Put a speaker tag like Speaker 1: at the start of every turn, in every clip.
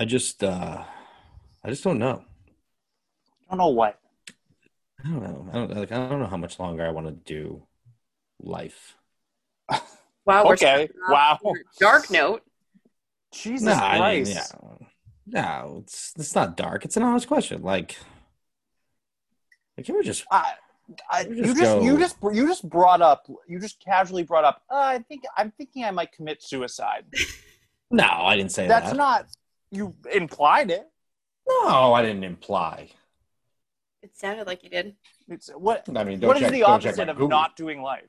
Speaker 1: I just, uh, I just don't know.
Speaker 2: I don't know what.
Speaker 1: I don't know. I don't like. I don't know how much longer I want to do life.
Speaker 3: Wow. Oh, we're
Speaker 2: Okay,
Speaker 3: starting off
Speaker 2: wow.
Speaker 3: on a Dark note.
Speaker 2: Jesus
Speaker 1: no, I mean,
Speaker 2: Christ.
Speaker 1: yeah. no, it's it's not dark. It's an honest question. Like, like you were just
Speaker 2: I, I,
Speaker 1: You
Speaker 2: you
Speaker 1: just
Speaker 2: just, you
Speaker 1: go-
Speaker 2: just you just brought up you just casually brought up. Uh, I think I'm thinking I might commit suicide.
Speaker 1: no. I didn't say
Speaker 2: That's
Speaker 1: that.
Speaker 2: not you implied it.
Speaker 1: no, I didn't imply.
Speaker 3: It sounded like you did.
Speaker 2: It's what
Speaker 1: I mean, don't
Speaker 2: what is
Speaker 1: check,
Speaker 2: the
Speaker 1: don't check
Speaker 2: opposite
Speaker 1: my
Speaker 2: of
Speaker 1: Google.
Speaker 2: not doing life?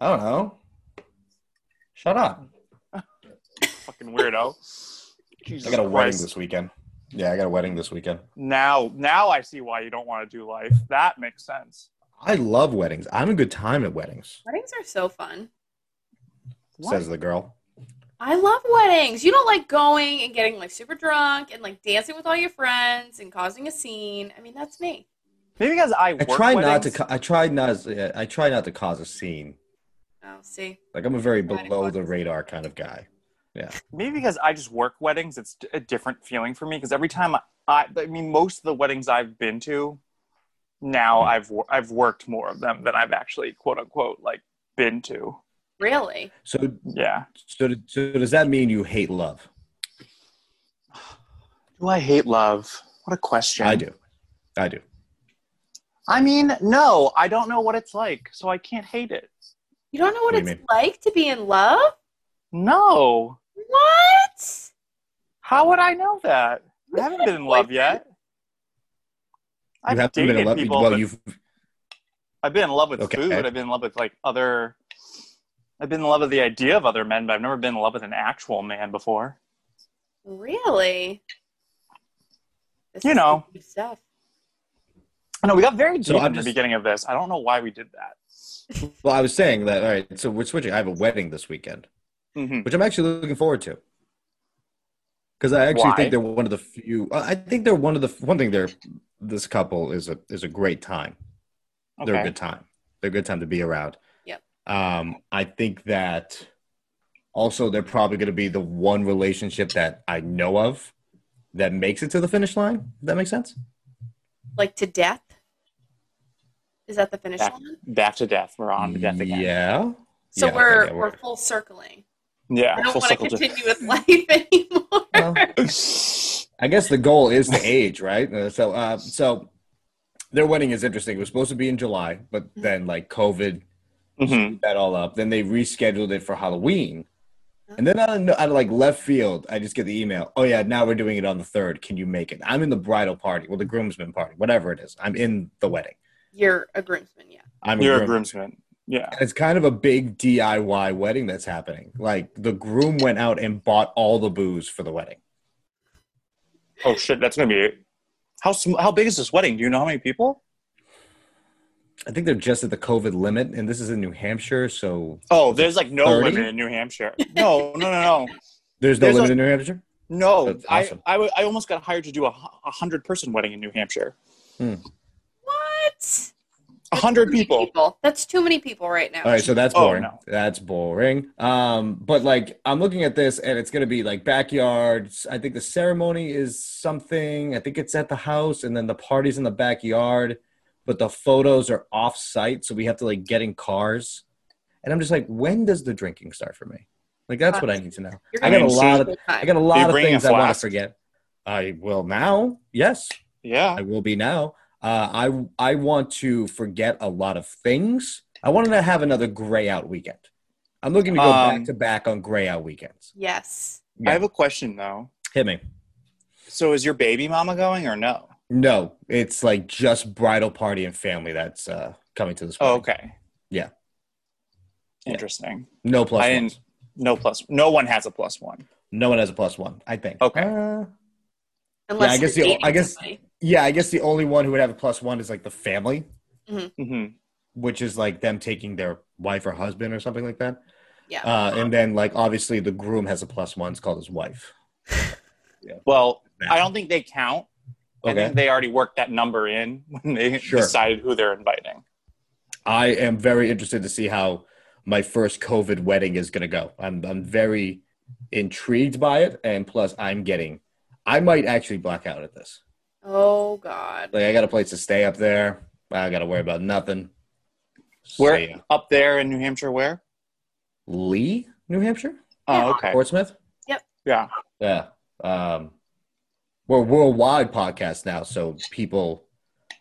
Speaker 1: I don't know. Shut up.
Speaker 2: Fucking weirdo. Jesus
Speaker 1: I got a wedding
Speaker 2: Christ.
Speaker 1: this weekend. Yeah, I got a wedding this weekend.
Speaker 2: Now now I see why you don't want to do life. That makes sense.
Speaker 1: I love weddings. I'm a good time at weddings.
Speaker 3: Weddings are so fun.
Speaker 2: What?
Speaker 1: Says the girl.
Speaker 3: I love weddings. You don't like going and getting like super drunk and like dancing with all your friends and causing a scene. I mean, that's me.
Speaker 2: Maybe because I work
Speaker 1: I try not to.
Speaker 2: weddings.
Speaker 1: ca- I try not. yeah, I try not to cause a scene.
Speaker 3: Oh, see.
Speaker 1: Like I'm a very
Speaker 3: Try to
Speaker 1: below
Speaker 3: cause
Speaker 1: the
Speaker 3: a scene.
Speaker 1: radar kind of guy.
Speaker 2: maybe because I just work weddings, it's a different feeling for me. Because every time I, I, I mean, most of the weddings I've been to, now I've wor- I've worked more of them than I've actually quote unquote like been to.
Speaker 3: Really?
Speaker 1: So,
Speaker 2: Yeah.
Speaker 1: so, so does that mean you hate love?
Speaker 2: Do I hate love? What a question.
Speaker 1: I do. I do.
Speaker 2: I mean, no, I don't know what it's like, so I can't hate it.
Speaker 3: You don't know what,
Speaker 1: What do you
Speaker 3: it's
Speaker 1: mean?
Speaker 3: like to be in love?
Speaker 2: No.
Speaker 3: What?
Speaker 2: How would I know that? I
Speaker 3: You
Speaker 2: haven't
Speaker 3: had
Speaker 2: been in love
Speaker 3: boyfriend.
Speaker 2: yet.
Speaker 1: You
Speaker 2: I've
Speaker 1: haven't
Speaker 2: dated
Speaker 1: been in love.
Speaker 2: people.
Speaker 1: well,
Speaker 2: but-
Speaker 1: you've
Speaker 2: I've been in love with
Speaker 1: Okay.
Speaker 2: food. I've been in love with like other. I've been in love with the idea of other men, but I've never been in love with an actual man before.
Speaker 3: Really? This
Speaker 2: You
Speaker 3: is
Speaker 2: know.
Speaker 3: good stuff.
Speaker 2: No, we got very deep
Speaker 1: So I'm
Speaker 2: in
Speaker 1: just-
Speaker 2: the beginning of this. I don't know why we did that.
Speaker 1: well, I was saying that. All right. So we're switching. I have a wedding this weekend,
Speaker 2: Mhm.
Speaker 1: which I'm actually looking forward to. Because I actually
Speaker 2: Why?
Speaker 1: think they're one of the few. I I think they're one of the one thing. They're this couple is a is a great time. they're a
Speaker 2: Okay.
Speaker 1: good time. They're a good time to be around.
Speaker 3: Yep.
Speaker 1: Um, I think that also they're probably going to be the one relationship that I know of that makes it to the finish line. Does that make sense?
Speaker 3: Like to death? Is that the finish
Speaker 2: Back-
Speaker 3: line?
Speaker 2: Back to death. We're on to death again.
Speaker 1: Yeah.
Speaker 3: So
Speaker 1: Yeah,
Speaker 3: we're,
Speaker 1: okay,
Speaker 3: we're full circling.
Speaker 2: Yeah.
Speaker 3: I don't
Speaker 2: full
Speaker 3: want
Speaker 2: circle
Speaker 3: to
Speaker 2: to-
Speaker 3: continue with life anymore.
Speaker 1: Well, I guess the goal is the age, right? Uh, So, uh, so their wedding is interesting. It was supposed to be in July, but
Speaker 2: Mm-hmm.
Speaker 1: then like COVID
Speaker 2: Mhm.
Speaker 1: screwed that all up. Then they rescheduled it for Halloween. And then out of, out of like left field, I just get the email. Oh yeah, now we're doing it on the third. Can you make it? I'm in the bridal party, well, the groomsmen party, whatever it is. I'm in the wedding.
Speaker 3: You're a groomsman, yeah.
Speaker 1: I'm
Speaker 2: You're a
Speaker 1: groom.
Speaker 2: groomsman. Yeah.
Speaker 1: And It's kind of a big DIY wedding that's happening. Like the groom went out and bought all the booze for the wedding.
Speaker 2: Oh shit. That's gonna be. How sm- how big is this wedding? Do you know how many people?
Speaker 1: I think they're just at the COVID limit, and this is in New Hampshire, so
Speaker 2: Oh, there's like no
Speaker 1: 30?
Speaker 2: limit in New Hampshire. No, no, no, no.
Speaker 1: there's no
Speaker 2: There's
Speaker 1: limit
Speaker 2: a-
Speaker 1: in New Hampshire.
Speaker 2: No,
Speaker 1: That's
Speaker 2: I I
Speaker 1: awesome.
Speaker 2: I, w- I almost got hired to do a, hu- a hundred person wedding in New Hampshire.
Speaker 3: What?
Speaker 2: A hundred
Speaker 3: Too many
Speaker 2: people.
Speaker 3: That's too many people right now.
Speaker 1: All right, so that's
Speaker 2: Oh,
Speaker 1: boring.
Speaker 2: no.
Speaker 1: That's boring. Um, but like I'm looking at this and it's gonna be like backyards. I think the ceremony is something. I think it's at the house, and then the party's in the backyard. But the photos are off site, so we have to like get in cars. And I'm just like, when does the drinking start for me? Like that's what I need to know.
Speaker 3: You're
Speaker 1: I
Speaker 3: gonna
Speaker 1: got a
Speaker 3: have
Speaker 1: lot
Speaker 3: a
Speaker 1: of
Speaker 3: good
Speaker 1: I
Speaker 3: time.
Speaker 1: got a lot of
Speaker 2: bringing a
Speaker 1: things I want to
Speaker 2: flask?
Speaker 1: forget. I will now. Yes,
Speaker 2: Yeah.
Speaker 1: I will be now. Uh, I I want to forget a lot of things. I wanted to have another gray out weekend. I'm looking to go
Speaker 2: Um,
Speaker 1: back to back on gray out weekends.
Speaker 3: Yes.
Speaker 1: Yeah.
Speaker 2: I have a question though.
Speaker 1: Hit me.
Speaker 2: So is your baby mama going or no?
Speaker 1: No, it's like just bridal party and family that's uh, coming to this.
Speaker 2: Oh,
Speaker 1: wedding.
Speaker 2: okay.
Speaker 1: Yeah.
Speaker 2: Interesting.
Speaker 1: No plus
Speaker 2: I
Speaker 1: one.
Speaker 2: didn't. No plus. No one has a plus one.
Speaker 1: No one has a plus one. I think.
Speaker 2: Okay.
Speaker 1: Uh,
Speaker 3: Unless
Speaker 1: I guess
Speaker 3: you're
Speaker 1: the- I
Speaker 3: dating
Speaker 1: guess-
Speaker 3: somebody.
Speaker 1: yeah, I guess the only one who would have a plus one is like the family,
Speaker 2: hmm
Speaker 1: which is like them taking their wife or husband or something like that.
Speaker 3: Yeah.
Speaker 1: Uh, and then like obviously the groom has a plus one. It's called his wife.
Speaker 2: Well,
Speaker 1: Yeah.
Speaker 2: I don't think they count. I
Speaker 1: Okay.
Speaker 2: think they already worked that number in when they
Speaker 1: Sure.
Speaker 2: decided who they're inviting.
Speaker 1: I am very interested to see how my first COVID wedding is going to go. I'm I'm very intrigued by it, and plus, I'm getting, I might actually black out at this.
Speaker 3: Oh God.
Speaker 1: Like, I got a place to stay up there. I got to worry about nothing.
Speaker 2: Where
Speaker 1: See ya.
Speaker 2: up there in New Hampshire? Where?
Speaker 1: Lee, New Hampshire,
Speaker 3: Yeah.
Speaker 2: Oh, okay.
Speaker 1: Portsmouth.
Speaker 2: Yeah.
Speaker 1: Yeah. Um, we're a worldwide podcast now, so people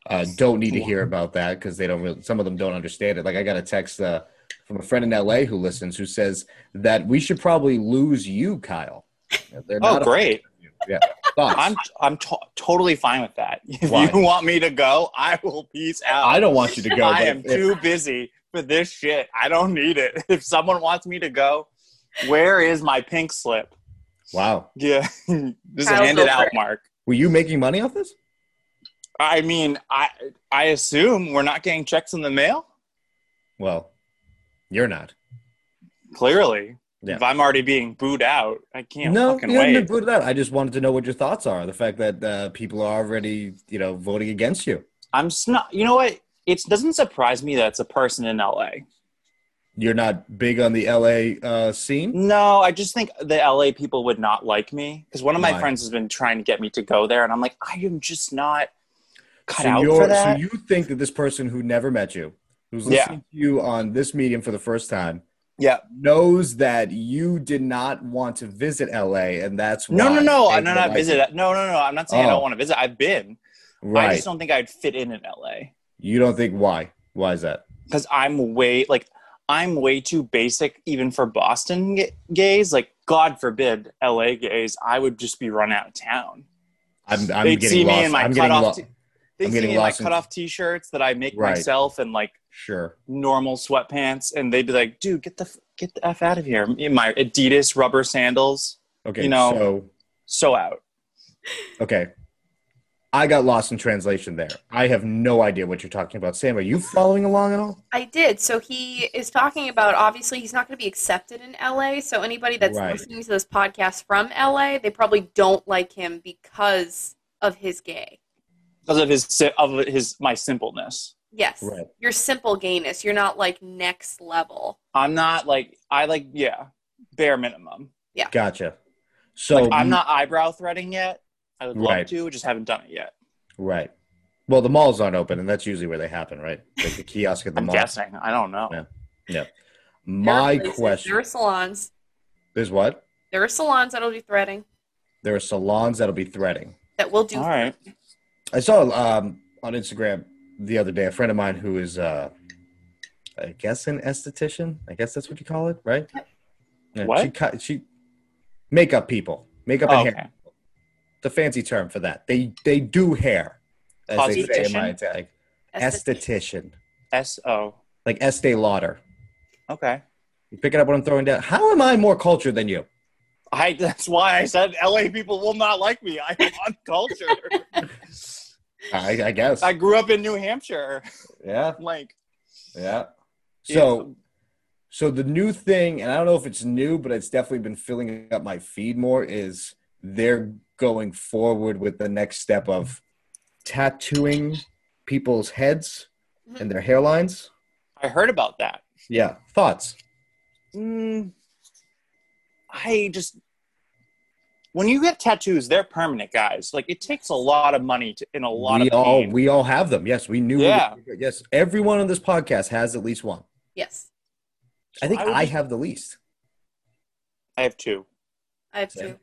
Speaker 1: uh, don't need to hear about that because they don't really, some of them don't understand it. Like, I got a text uh, from a friend in LA who listens who says that we should probably lose you, Kyle. They're
Speaker 2: Oh,
Speaker 1: not-
Speaker 2: great.
Speaker 1: Yeah. Thoughts?
Speaker 2: I'm I'm to- totally fine with that. If
Speaker 1: Why?
Speaker 2: you want me to go, I will peace out.
Speaker 1: I don't want you to go.
Speaker 2: I
Speaker 1: but
Speaker 2: am
Speaker 1: if-
Speaker 2: too busy for this shit. I don't need it. If someone wants me to go, where is my pink slip?
Speaker 1: Wow.
Speaker 2: Yeah, just
Speaker 3: Kyle,
Speaker 2: hand
Speaker 3: go
Speaker 2: it
Speaker 3: for
Speaker 2: out,
Speaker 3: it.
Speaker 2: Mark.
Speaker 1: Were you making money off this?
Speaker 2: I mean, I I assume we're not getting checks in the mail.
Speaker 1: Well, you're not.
Speaker 2: Clearly,
Speaker 1: Yeah.
Speaker 2: if I'm already being booed out, I can't
Speaker 1: no,
Speaker 2: fucking
Speaker 1: you haven't been
Speaker 2: wait.
Speaker 1: booted out. I just wanted to know what your thoughts are. The fact that uh, people are already, you know, voting against you.
Speaker 2: I'm not. You know what? It doesn't surprise me that it's a person in LA.
Speaker 1: You're not big on the LA uh, scene.
Speaker 2: No, I just think the LA people would not like me because one of my
Speaker 1: Why?
Speaker 2: friends has been trying to get me to go there, and I'm like, I am just not cut
Speaker 1: so,
Speaker 2: out
Speaker 1: you're,
Speaker 2: for that.
Speaker 1: so you think that this person who never met you, who's
Speaker 2: Yeah.
Speaker 1: listening to you on this medium for the first time,
Speaker 2: yeah.
Speaker 1: knows that you did not want to visit LA, and that's
Speaker 2: No,
Speaker 1: why
Speaker 2: no, no.
Speaker 1: they
Speaker 2: I'm
Speaker 1: don't
Speaker 2: not
Speaker 1: like
Speaker 2: visit.
Speaker 1: you.
Speaker 2: No, no, no. I'm not saying I
Speaker 1: Oh.
Speaker 2: don't want to visit. I've been. I
Speaker 1: Right?
Speaker 2: just don't think I'd fit in in LA
Speaker 1: you don't think why? Why is that?
Speaker 2: because I'm way like I'm way too basic even for Boston ga- gays. Like, God forbid, LA gays. I would just be run out of town.
Speaker 1: I'm, I'm
Speaker 2: They'd
Speaker 1: getting
Speaker 2: see
Speaker 1: lost.
Speaker 2: me in my
Speaker 1: I'm getting
Speaker 2: cutoff.
Speaker 1: lost.
Speaker 2: T- they
Speaker 1: I'm
Speaker 2: see
Speaker 1: getting
Speaker 2: me in my
Speaker 1: lost in-
Speaker 2: cutoff t-shirts that I make
Speaker 1: Right.
Speaker 2: myself and like
Speaker 1: sure.
Speaker 2: normal sweatpants and they'd be like dude get the f- get the f out of here in my adidas rubber sandals
Speaker 1: Okay.
Speaker 2: You know-
Speaker 1: so
Speaker 2: so out
Speaker 1: Okay. I got lost in translation there. I have no idea what you're talking about. Sam, are you following along at all?
Speaker 3: I did. So he is talking about obviously he's not going to be accepted in LA. So anybody that's
Speaker 1: Right.
Speaker 3: listening to this podcast from LA, they probably don't like him because of his gay.
Speaker 2: because of his si- of his my simpleness
Speaker 3: Yes.
Speaker 1: Right.
Speaker 3: Your simple gayness. You're not like next level.
Speaker 2: i'm not like i like yeah bare minimum
Speaker 1: Gotcha. So
Speaker 2: i'm not eyebrow threading yet i would love
Speaker 1: Right.
Speaker 2: to just haven't done it yet
Speaker 1: right. Well, the malls aren't open, and that's usually where they happen, right? Like the kiosk at the
Speaker 2: i'm
Speaker 1: mall.
Speaker 2: guessing i don't know
Speaker 1: Yeah. My
Speaker 3: There are places-
Speaker 1: question
Speaker 3: There are salons.
Speaker 1: is what?
Speaker 3: There are salons that'll do threading
Speaker 1: There are salons that'll be threading.
Speaker 3: that will do.
Speaker 2: all right
Speaker 1: I saw um, on Instagram the other day a friend of mine who is, uh, I guess, an esthetician. I guess that's what you call it, right? Yeah,
Speaker 2: What?
Speaker 1: She, cut- she makeup people, makeup and
Speaker 2: Oh,
Speaker 1: hair
Speaker 2: okay
Speaker 1: the fancy term for that. They they do hair, as they say in my
Speaker 2: Cosmetician?
Speaker 1: Italian. Esthetician,
Speaker 3: esthetician.
Speaker 2: s o
Speaker 1: like Estee Lauder.
Speaker 2: okay
Speaker 1: You picking up what I'm throwing down? How am I more cultured than you?
Speaker 2: I, that's why I said LA people will not like me. I am uncultured.
Speaker 1: I, I guess.
Speaker 2: I grew up in New Hampshire.
Speaker 1: yeah,
Speaker 2: Like,
Speaker 1: yeah. So so the new thing, and I don't know if it's new, but it's definitely been filling up my feed more. Is they're going forward with the next step of tattooing people's heads
Speaker 2: Mm-hmm.
Speaker 1: and their hairlines.
Speaker 2: I heard about that.
Speaker 1: Yeah, thoughts.
Speaker 2: Mm, I just when you get tattoos, they're permanent, guys. Like it takes a lot of money to in a lot
Speaker 1: we
Speaker 2: of
Speaker 1: all
Speaker 2: pain.
Speaker 1: we all have them. Yes, we knew. we
Speaker 2: Yeah.
Speaker 1: would- yes, everyone on this podcast has at least one.
Speaker 3: Yes.
Speaker 1: I think
Speaker 2: I
Speaker 1: I,
Speaker 2: would just-
Speaker 1: have the least.
Speaker 2: I have two.
Speaker 3: I have
Speaker 1: Yeah.
Speaker 3: two.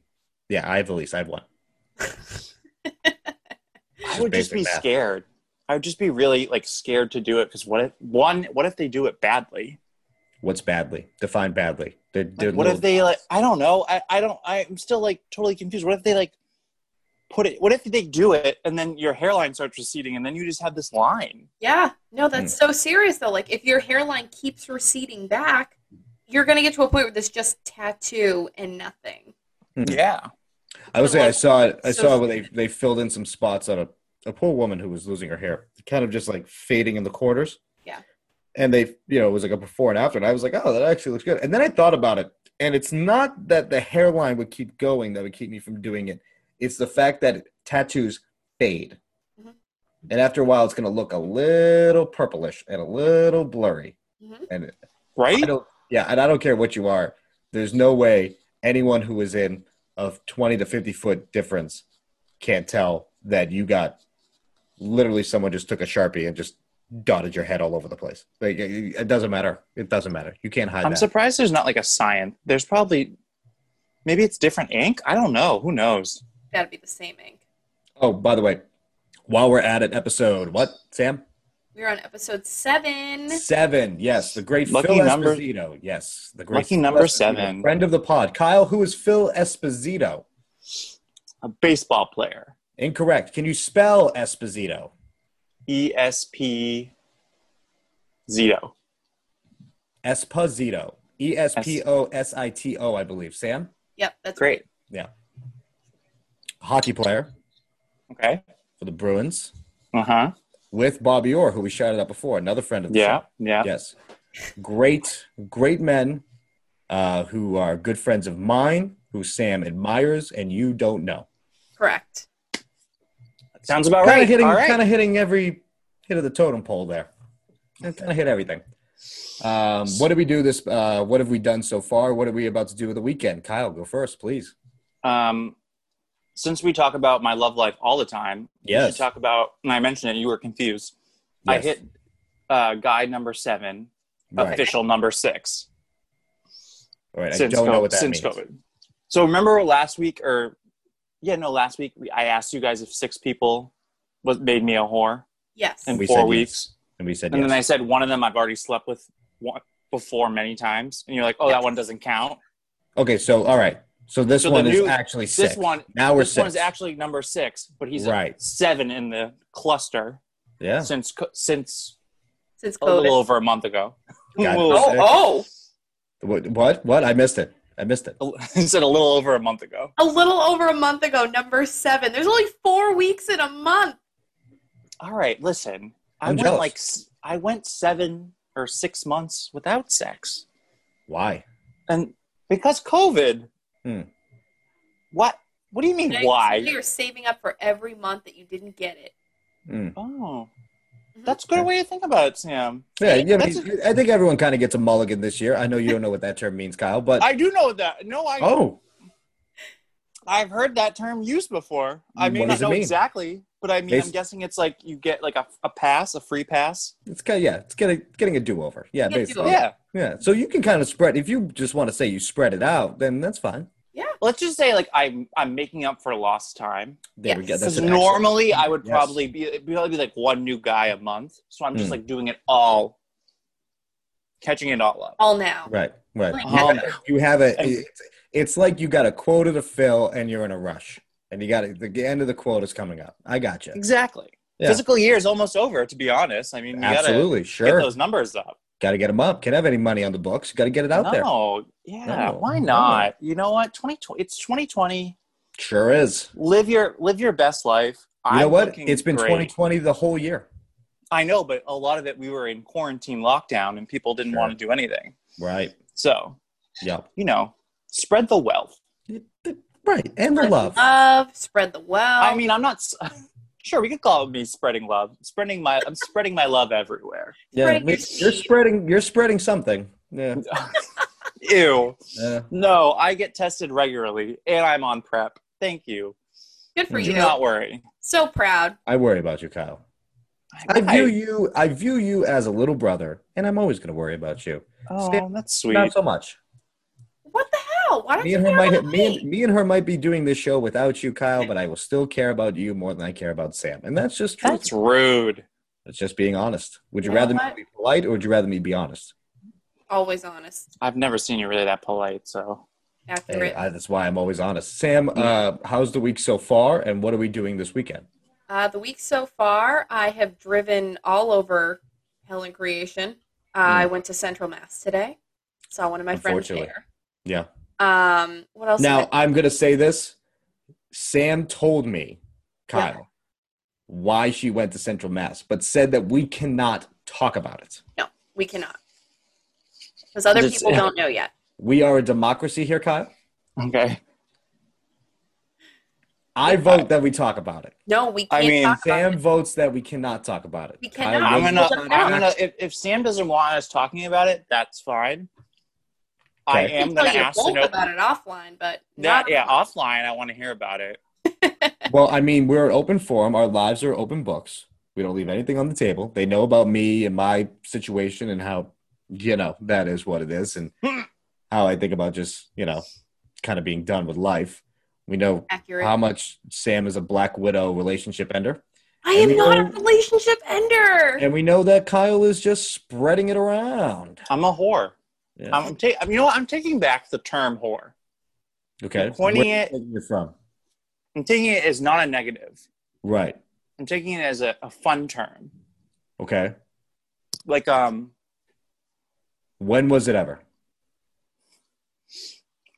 Speaker 1: Yeah, I have the least. I have one.
Speaker 2: I would just
Speaker 1: basic
Speaker 2: be
Speaker 1: math.
Speaker 2: scared. I would just be really like scared to do it because what if one? What if they do it badly?
Speaker 1: What's badly? Define badly. They're,
Speaker 2: Like,
Speaker 1: they're
Speaker 2: what if
Speaker 1: little-
Speaker 2: they like? I don't know. I I don't. I'm still like totally confused. What if they like put it? What if they do it and then your hairline starts receding and then you just have this line?
Speaker 3: Yeah. No, that's
Speaker 2: Hmm.
Speaker 3: so serious though. Like if your hairline keeps receding back, you're gonna get to a point where there's just tattoo and nothing.
Speaker 1: Hmm.
Speaker 2: Yeah.
Speaker 1: I would say I
Speaker 3: like,
Speaker 1: saw it. I
Speaker 3: so
Speaker 1: saw where they they filled in some spots on a a poor woman who was losing her hair, kind of just like fading in the corners.
Speaker 3: Yeah.
Speaker 1: And they, you know, it was like a before and after, and I was like, oh, that actually looks good. And then I thought about it, and it's not that the hairline would keep going that would keep me from doing it. It's the fact that tattoos fade,
Speaker 3: Mhm.
Speaker 1: and after a while, it's going to look a little purplish and a little blurry.
Speaker 3: Mhm.
Speaker 1: And
Speaker 2: Right?
Speaker 1: I don't, yeah, and I don't care what you are. There's no way anyone who is in of 20 to 50 foot difference can't tell that you got literally someone just took a sharpie and just dotted your head all over the place. Like, it it doesn't matter. It doesn't matter. You can't hide
Speaker 2: I'm
Speaker 1: that.
Speaker 2: surprised there's not like a science. There's probably maybe it's different ink. I don't know. Who knows?
Speaker 3: Gotta be the same ink.
Speaker 1: oh, by the way, while we're at it, episode what, Sam?
Speaker 3: We're on episode seven.
Speaker 1: Seven. Yes, the great
Speaker 2: Lucky
Speaker 1: Phil
Speaker 2: number-
Speaker 1: Esposito. Yes, the great
Speaker 2: Lucky
Speaker 1: Phil
Speaker 2: number
Speaker 1: Esposito,
Speaker 2: seven.
Speaker 1: Friend of the pod, Kyle. Who is Phil Esposito?
Speaker 2: A baseball player.
Speaker 1: Incorrect. Can you spell Esposito?
Speaker 2: E S P Zito.
Speaker 1: Esposito. E S P O S I T O, I believe. Sam,
Speaker 3: Yep, that's
Speaker 2: Great.
Speaker 1: hockey player
Speaker 2: Okay.
Speaker 1: for the Bruins
Speaker 2: Uh huh.
Speaker 1: with Bobby Orr, who we shouted out before, another friend of the
Speaker 2: Yeah.
Speaker 1: show.
Speaker 2: Yeah.
Speaker 1: Yes. Great, great men uh, who are good friends of mine, who Sam admires, and you don't know.
Speaker 3: correct.
Speaker 2: Sounds about
Speaker 1: Kind
Speaker 2: right.
Speaker 1: of hitting,
Speaker 2: All right.
Speaker 1: kind of hitting every hit of the totem pole there. Kind of hit everything. Um, what did we do this? Uh, what have we done so far? What are we about to do with the weekend? Kyle, go first, please.
Speaker 2: um, since we talk about my love life all the time, we
Speaker 1: Yes.
Speaker 2: should talk about. And I mentioned it. You were confused. I
Speaker 1: Yes.
Speaker 2: hit uh, guy number seven,
Speaker 1: Right.
Speaker 2: official number six.
Speaker 1: All right. I
Speaker 2: since
Speaker 1: don't
Speaker 2: COVID,
Speaker 1: know what that
Speaker 2: since
Speaker 1: means.
Speaker 2: COVID. So remember last week, or yeah, no, last week we- I asked you guys if six people was made me a whore
Speaker 3: Yes.
Speaker 2: in
Speaker 1: We said
Speaker 2: four
Speaker 1: yes.
Speaker 2: weeks,
Speaker 1: And we said
Speaker 2: and
Speaker 1: yes.
Speaker 2: then I said one of them I've already slept with one, before many times, and you're like, oh, that one doesn't count.
Speaker 1: Okay, so all right. So this
Speaker 2: So the
Speaker 1: one is
Speaker 2: new-
Speaker 1: actually
Speaker 2: this
Speaker 1: six.
Speaker 2: one-
Speaker 1: now we're
Speaker 2: This
Speaker 1: six.
Speaker 2: one's actually number six, but he's a
Speaker 1: Right.
Speaker 2: seven in the cluster
Speaker 1: yeah.
Speaker 2: since co- since
Speaker 3: Since
Speaker 2: a little
Speaker 3: COVID.
Speaker 2: over a month ago.
Speaker 1: Got it.
Speaker 2: Little-
Speaker 3: Oh, oh,
Speaker 1: What, what? What? I missed it. I missed it.
Speaker 2: I said a little over a month ago.
Speaker 3: a little over a month ago, number seven. There's only four weeks in a month.
Speaker 2: All right, listen. I
Speaker 1: I'm
Speaker 2: went
Speaker 1: jealous.
Speaker 2: like s- I went seven or six months without sex.
Speaker 1: Why?
Speaker 2: And because COVID.
Speaker 1: Hmm.
Speaker 2: What? What do you mean?
Speaker 3: Now you- now
Speaker 2: Why?
Speaker 3: You're saving up for every month that you didn't get it.
Speaker 1: Mm.
Speaker 2: Oh, that's a good way to think about it, Sam.
Speaker 1: Mm-hmm. Yeah, yeah. I,
Speaker 2: That's
Speaker 1: mean, I think everyone kind of gets a mulligan this year. I know you don't know what that term means, Kyle, but
Speaker 2: I do know that. No, I
Speaker 1: oh,
Speaker 2: I've heard that term used before. I mean,
Speaker 1: What
Speaker 2: I
Speaker 1: does it
Speaker 2: know
Speaker 1: mean?
Speaker 2: exactly, but I mean,
Speaker 1: Bas-
Speaker 2: I'm guessing it's like you get like a, a pass, a free pass.
Speaker 1: it's kind of yeah, it's getting getting a do over. Yeah,
Speaker 3: Yeah,
Speaker 1: basically.
Speaker 3: do-over.
Speaker 1: Yeah.
Speaker 2: Yeah.
Speaker 1: So you can kind of spread if you just want to say you spread it out, then that's fine.
Speaker 2: Let's just say like I'm I'm making up for lost time.
Speaker 1: There we
Speaker 3: Yes.
Speaker 1: go. That's
Speaker 2: Because
Speaker 1: an excellent-
Speaker 2: normally I would
Speaker 1: Yes.
Speaker 2: probably be it'd probably be like one new guy a month. So I'm just
Speaker 1: Hmm.
Speaker 2: like doing it all, catching it all up.
Speaker 3: All now.
Speaker 1: Right. Right.
Speaker 3: Like,
Speaker 2: Oh, no.
Speaker 1: you have a
Speaker 2: And-
Speaker 1: it's, it's like you got a quota to fill and you're in a rush and you got it the end of the quota is coming up i got you
Speaker 2: Exactly.
Speaker 1: Yeah.
Speaker 2: Physical year is almost over, to be honest. I mean, we gotta
Speaker 1: absolutely
Speaker 2: get
Speaker 1: sure
Speaker 2: those numbers up.
Speaker 1: gotta get them up can't have any money on the books gotta get it out there
Speaker 2: no, yeah,
Speaker 1: No,
Speaker 2: why
Speaker 1: no.
Speaker 2: not? You know what? Twenty twenty. It's twenty twenty.
Speaker 1: sure is
Speaker 2: Live your live your best life.
Speaker 1: you know what it's been 2020 the whole year
Speaker 2: I know, but a lot of it we were in quarantine lockdown and people didn't
Speaker 1: Sure.
Speaker 2: want to do anything.
Speaker 1: right
Speaker 2: So
Speaker 1: yep
Speaker 2: you know, spread the wealth.
Speaker 1: right and the
Speaker 3: Spread
Speaker 1: love
Speaker 3: the love, spread the well.
Speaker 1: Oh.
Speaker 2: I mean, I'm not s- sure we could call me spreading love. Spreading my I'm spreading my love everywhere.
Speaker 1: yeah
Speaker 3: spreading
Speaker 1: we-
Speaker 3: your
Speaker 1: you're
Speaker 3: seed.
Speaker 1: spreading you're spreading something yeah
Speaker 2: Ew.
Speaker 1: yeah.
Speaker 2: No, I get tested regularly and I'm on prep. Thank you.
Speaker 3: good for
Speaker 2: Do
Speaker 3: you.
Speaker 2: not worry.
Speaker 3: So proud.
Speaker 1: i worry about you kyle i
Speaker 2: I-
Speaker 1: view you i view you as a little brother and i'm always going to worry about you
Speaker 2: Oh, that's sweet.
Speaker 1: not so much
Speaker 3: What the hell? Why don't
Speaker 1: me
Speaker 3: you
Speaker 1: and her
Speaker 3: care
Speaker 1: might
Speaker 3: about
Speaker 1: me
Speaker 3: me?
Speaker 1: and, me and her might be doing this show without you, Kyle, but I will still care about you more than I care about Sam, and that's just true.
Speaker 2: That's rude.
Speaker 1: That's just being honest. Would you
Speaker 3: You know
Speaker 1: rather me
Speaker 3: what?
Speaker 1: be polite, or would you rather me be honest?
Speaker 3: Always honest.
Speaker 2: I've never seen you really that polite. So
Speaker 3: Accurate.
Speaker 1: Hey, I, that's why I'm always honest. Sam, uh, how's the week so far, and what are we doing this weekend?
Speaker 3: Uh, the week so far, I have driven all over Hell and Creation. Uh, I went to Central Mass today. Saw one of my friends
Speaker 1: Mm. Unfortunately.
Speaker 3: there.
Speaker 1: Yeah.
Speaker 3: Um, what else?
Speaker 1: Now
Speaker 3: did
Speaker 1: I'm gonna say this. Sam told me, Kyle, why she went to Central Mass, but said that we cannot talk about it.
Speaker 3: I- no, we cannot. Because other
Speaker 2: Just-
Speaker 3: people don't know yet.
Speaker 1: We are a democracy here, Kyle.
Speaker 2: okay.
Speaker 1: I vote that we talk about it.
Speaker 3: No, we
Speaker 2: I
Speaker 3: can't
Speaker 2: mean,
Speaker 3: talk about
Speaker 1: Sam
Speaker 3: it.
Speaker 1: votes that we cannot talk about it.
Speaker 3: We
Speaker 1: Kyle,
Speaker 3: cannot.
Speaker 2: I'm
Speaker 1: you're
Speaker 2: gonna.
Speaker 1: not
Speaker 2: I'm gonna. If, if Sam doesn't want us talking about it, that's fine.
Speaker 1: Okay.
Speaker 2: I
Speaker 1: I
Speaker 3: I
Speaker 2: am going
Speaker 3: can tell
Speaker 2: to
Speaker 3: you
Speaker 2: ask to
Speaker 3: both
Speaker 2: know.
Speaker 3: about it offline, but
Speaker 2: Yeah,
Speaker 3: not
Speaker 2: yeah,
Speaker 3: online.
Speaker 2: offline, I want to hear about it.
Speaker 1: Well, I mean, we're an open forum. Our lives are open books. We don't leave anything on the table. They know about me and my situation and how, you know, that is what it is and how I think about just, you know, kind of being done with life. We know
Speaker 3: accurate.
Speaker 1: how much Sam is a Black Widow relationship ender.
Speaker 3: I am
Speaker 1: And
Speaker 3: not a
Speaker 1: we know-
Speaker 3: relationship ender.
Speaker 1: And we know that Kyle is just spreading it around.
Speaker 2: I'm a whore.
Speaker 1: Yeah.
Speaker 2: I'm ta- you know what? I'm taking back the term whore.
Speaker 1: okay.
Speaker 2: pointing
Speaker 1: Where are you
Speaker 2: it-
Speaker 1: taking it from.
Speaker 2: I'm taking it as not a negative.
Speaker 1: Right.
Speaker 2: I'm taking it as a, a fun term.
Speaker 1: Okay.
Speaker 2: Like um,
Speaker 1: When was it ever?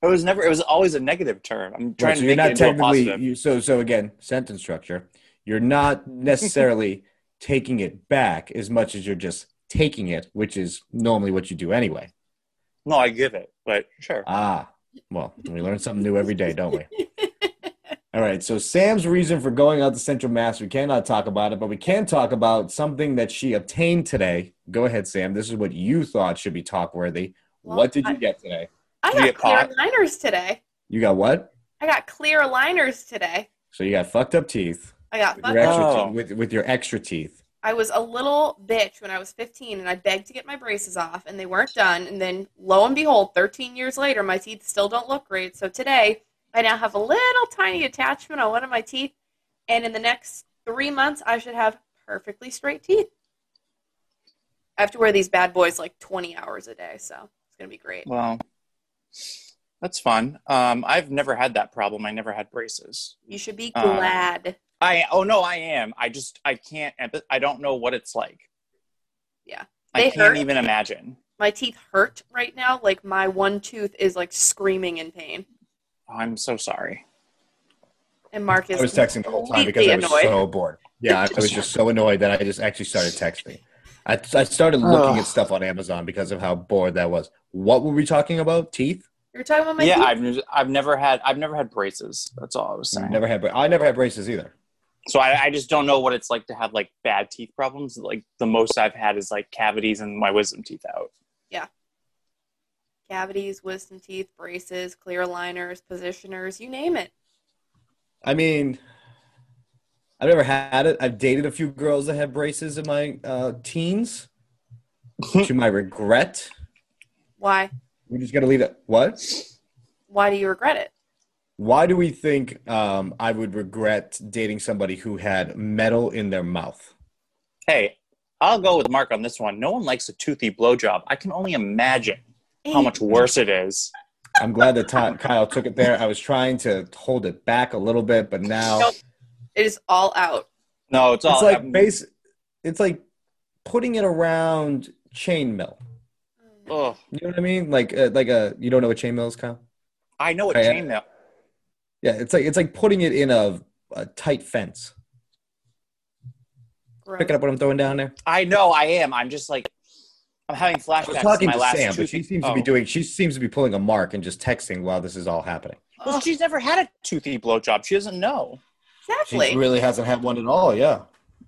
Speaker 2: it was never. It was always a negative term. I'm trying
Speaker 1: Right, so
Speaker 2: to
Speaker 1: you're
Speaker 2: make
Speaker 1: not
Speaker 2: it into a
Speaker 1: technically
Speaker 2: positive.
Speaker 1: you, so so again sentence structure. You're not necessarily taking it back as much as you're just taking it, which is normally what you do anyway.
Speaker 2: No, I give it, but sure.
Speaker 1: Ah, well, we learn something new every day, don't we? All right. So Sam's reason for going out to Central Mass, we cannot talk about it, but we can talk about something that she obtained today. Go ahead, Sam. This is what you thought should be talk worthy.
Speaker 3: Well,
Speaker 1: what did you
Speaker 3: I-
Speaker 1: get today?
Speaker 3: I
Speaker 2: Be a
Speaker 3: got clear
Speaker 2: pot.
Speaker 3: liners today.
Speaker 1: You got what?
Speaker 3: I got clear liners today.
Speaker 1: So you got fucked up teeth
Speaker 3: I got
Speaker 1: with
Speaker 3: fucked
Speaker 1: your extra
Speaker 2: Oh.
Speaker 1: teeth, with, with your extra teeth.
Speaker 3: I was a little bitch when I was 15 and I begged to get my braces off and they weren't done. And then lo and behold, 13 years later, my teeth still don't look great. So today I now have a little tiny attachment on one of my teeth. And in the next three months, I should have perfectly straight teeth. I have to wear these bad boys like 20 hours a day. So it's going to be great.
Speaker 2: Well, that's fun. Um, I've never had that problem. I never had braces.
Speaker 3: You should be
Speaker 2: Uh,
Speaker 3: glad.
Speaker 2: I oh no, I am. I just I can't. empath- I don't know what it's like.
Speaker 3: Yeah.
Speaker 2: I
Speaker 3: They
Speaker 2: can't
Speaker 3: hurt.
Speaker 2: even imagine.
Speaker 3: my teeth hurt right now. Like my one tooth is like screaming in pain.
Speaker 2: Oh, I'm so sorry.
Speaker 3: And Mark is
Speaker 1: I was texting the whole time because I was
Speaker 3: completely annoyed.
Speaker 1: so bored. Yeah, I I was just so annoyed that I just actually started texting. I, I started looking
Speaker 2: Ugh.
Speaker 1: at stuff on Amazon because of how bored that was. What were we talking about? Teeth?
Speaker 3: You're talking about Oh my
Speaker 2: yeah,
Speaker 3: teeth.
Speaker 2: I've I've never had I've never had braces. That's all I was saying.
Speaker 1: Never had. bra- I never had braces either.
Speaker 2: So I, I just don't know what it's like to have like bad teeth problems. Like the most I've had is like cavities and my wisdom teeth out.
Speaker 3: cavities, wisdom teeth, braces, clear liners, positioners, you name it.
Speaker 1: I mean, I've never had it. I've dated a few girls that had braces in my uh, teens. to my regret,
Speaker 3: Why?
Speaker 1: we just got to leave it. What?
Speaker 3: Why do you regret it?
Speaker 1: Why do we think um, I would regret dating somebody who had metal in their mouth?
Speaker 2: Hey, I'll go with Mark on this one. No one likes a toothy blowjob. I can only imagine how much worse it is.
Speaker 1: I'm glad that Ty- Kyle took it there. I was trying to hold it back a little bit, but now
Speaker 3: Nope. It is all out.
Speaker 2: No, it's all
Speaker 1: it's like
Speaker 2: I'm-
Speaker 1: base. It's like putting it around chainmail.
Speaker 2: Ugh.
Speaker 1: You know what I mean? Like uh, like a you don't know what chainmail is, Kyle?
Speaker 2: I know what
Speaker 1: I-
Speaker 2: chainmail.
Speaker 1: Yeah, it's like it's like putting it in a, a tight fence.
Speaker 3: Gross.
Speaker 1: Picking up what I'm throwing down there.
Speaker 2: I know I am. I'm just like I'm having
Speaker 1: I was
Speaker 2: flashbacks. to
Speaker 1: talking
Speaker 2: my
Speaker 1: to
Speaker 2: last
Speaker 1: Sam, but
Speaker 2: toothy-
Speaker 1: she seems to be
Speaker 2: oh.
Speaker 1: doing. She seems to be pulling a mark and just texting while this is all happening.
Speaker 2: Well, she's never had a toothy blowjob. She doesn't know.
Speaker 1: She
Speaker 3: Exactly.
Speaker 1: really hasn't had one at all. Yeah.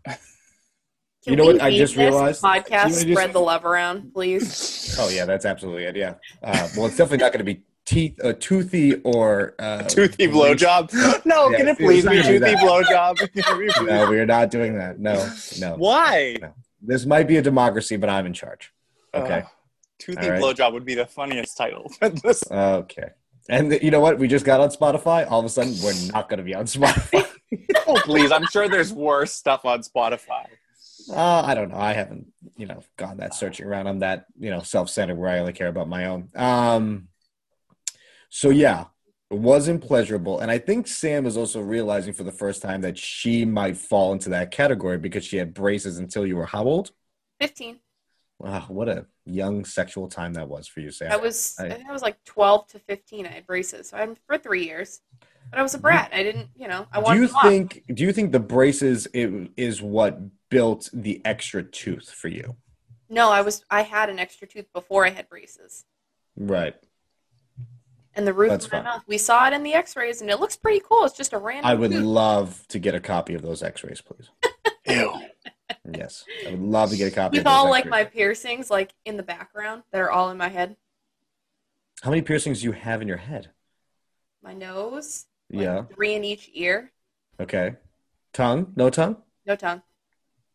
Speaker 3: Can
Speaker 1: You know
Speaker 3: we
Speaker 1: what I
Speaker 3: leave
Speaker 1: just
Speaker 3: this
Speaker 1: realized? You
Speaker 3: Podcast
Speaker 1: wanna do
Speaker 3: spread
Speaker 1: some-
Speaker 3: the love around, please.
Speaker 1: Oh yeah, that's absolutely it. Yeah. Uh, well, it's definitely not going to be teeth, uh, toothy or uh,
Speaker 2: Toothy blowjob. No,
Speaker 1: Yeah,
Speaker 2: can it
Speaker 1: it was
Speaker 2: please be
Speaker 1: not
Speaker 2: toothy
Speaker 1: gonna do
Speaker 2: blowjob? Can we
Speaker 1: No,
Speaker 2: please-
Speaker 1: we are not doing that. No, no.
Speaker 2: Why?
Speaker 1: This might be a democracy, but I'm in charge. Okay.
Speaker 2: Ugh. toothy
Speaker 1: All right.
Speaker 2: blowjob would be the funniest title. This-
Speaker 1: Okay. And you know what? We just got on Spotify. All of a sudden, we're not going to be on Spotify.
Speaker 2: oh, please. I'm sure there's worse stuff on Spotify.
Speaker 1: Uh, I don't know. I haven't, you know, gone that searching around. I'm that, you know, self-centered where I only care about my own. Um, so yeah, it wasn't pleasurable, and I think Sam is also realizing for the first time that she might fall into that category because she had braces until you were how old?
Speaker 3: 15.
Speaker 1: Wow, what a young sexual time that was for you, Sam.
Speaker 3: I was, I
Speaker 1: I-
Speaker 3: think I was like 12 to 15. I had braces. So I'm for three years. But I was a brat. I didn't, you know, I
Speaker 1: do
Speaker 3: wanted
Speaker 1: you
Speaker 3: to off.
Speaker 1: think? Do you think the braces i- is what built the extra tooth for you?
Speaker 3: No, I was, I had an extra tooth before I had braces.
Speaker 1: Right.
Speaker 3: And the roof
Speaker 1: That's
Speaker 3: of my
Speaker 1: fine.
Speaker 3: mouth. We saw it in the x-rays and it looks pretty cool. It's just a random
Speaker 1: I would
Speaker 3: tooth.
Speaker 1: love to get a copy of those X-rays, please.
Speaker 2: Ew.
Speaker 1: Yes, I would love to get a copy.
Speaker 3: with
Speaker 1: of those
Speaker 3: all like
Speaker 1: extras.
Speaker 3: my piercings like in the background that are all in my head
Speaker 1: How many piercings do you have in your head?
Speaker 3: My nose, like
Speaker 1: Yeah.
Speaker 3: three in each ear,
Speaker 1: Okay. Tongue? No tongue?
Speaker 3: no tongue.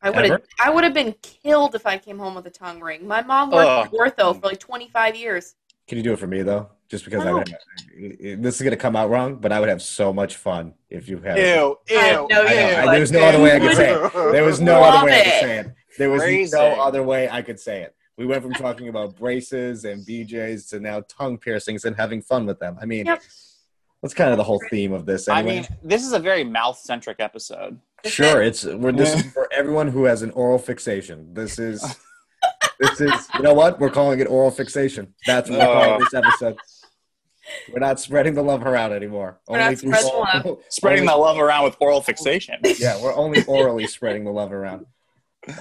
Speaker 3: I would have
Speaker 1: Ever?
Speaker 3: I would have been killed if I came home with a tongue ring. My mom worked in ortho for like 25 years.
Speaker 1: Can you do it for me though? Just because I would have, it- it- this is gonna come out wrong, but I would have so much fun if you had. it.
Speaker 2: Ew, ew.
Speaker 3: I know,
Speaker 2: ew.
Speaker 3: I know.
Speaker 1: There's no other way I could say There was no
Speaker 3: Love
Speaker 1: other way I
Speaker 3: it.
Speaker 1: could say it. There was
Speaker 2: Crazy.
Speaker 1: no other way I could say it. We went from talking about braces and BJ's to now tongue piercings and having fun with them. I mean,
Speaker 3: Yep.
Speaker 1: that's kind of the whole theme of this.
Speaker 2: I
Speaker 1: Anyway.
Speaker 2: mean, this is a very mouth centric episode.
Speaker 1: Sure, it's we're this is for everyone who has an oral fixation. This is this is you know what we're calling it oral fixation. That's what we're
Speaker 2: Uh.
Speaker 1: calling this episode. We're not spreading the love around anymore.
Speaker 3: We're not
Speaker 1: through
Speaker 3: spreading
Speaker 1: oral-
Speaker 3: the
Speaker 2: Spreading the love around with oral fixation.
Speaker 1: Yeah, we're only orally spreading the love around.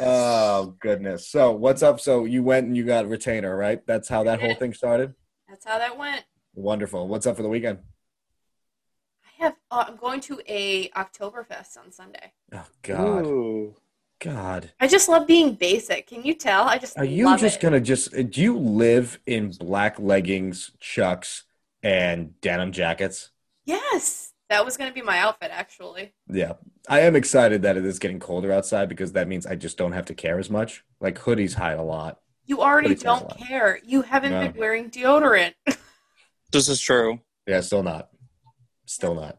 Speaker 1: Oh goodness! So what's up? So you went and you got retainer, right? That's how that whole thing started.
Speaker 3: That's how that went.
Speaker 1: Wonderful. What's up for the weekend?
Speaker 3: I have uh, I'm going to a Oktoberfest on Sunday.
Speaker 1: Oh God,
Speaker 2: Ooh.
Speaker 1: God.
Speaker 3: I just love being basic. Can you tell? I just
Speaker 1: Are you
Speaker 3: love
Speaker 1: just
Speaker 3: it.
Speaker 1: gonna just uh, do you live in black leggings, chucks, and denim jackets?
Speaker 3: Yes, that was going to be my outfit actually.
Speaker 1: Yeah. I am excited that it is getting colder outside because that means I just don't have to care as much. Like hoodies hide a lot.
Speaker 3: You already
Speaker 1: Pretty terrible.
Speaker 3: don't care. You haven't
Speaker 1: No.
Speaker 3: been wearing deodorant.
Speaker 2: This is true.
Speaker 1: Yeah, still not. Still not.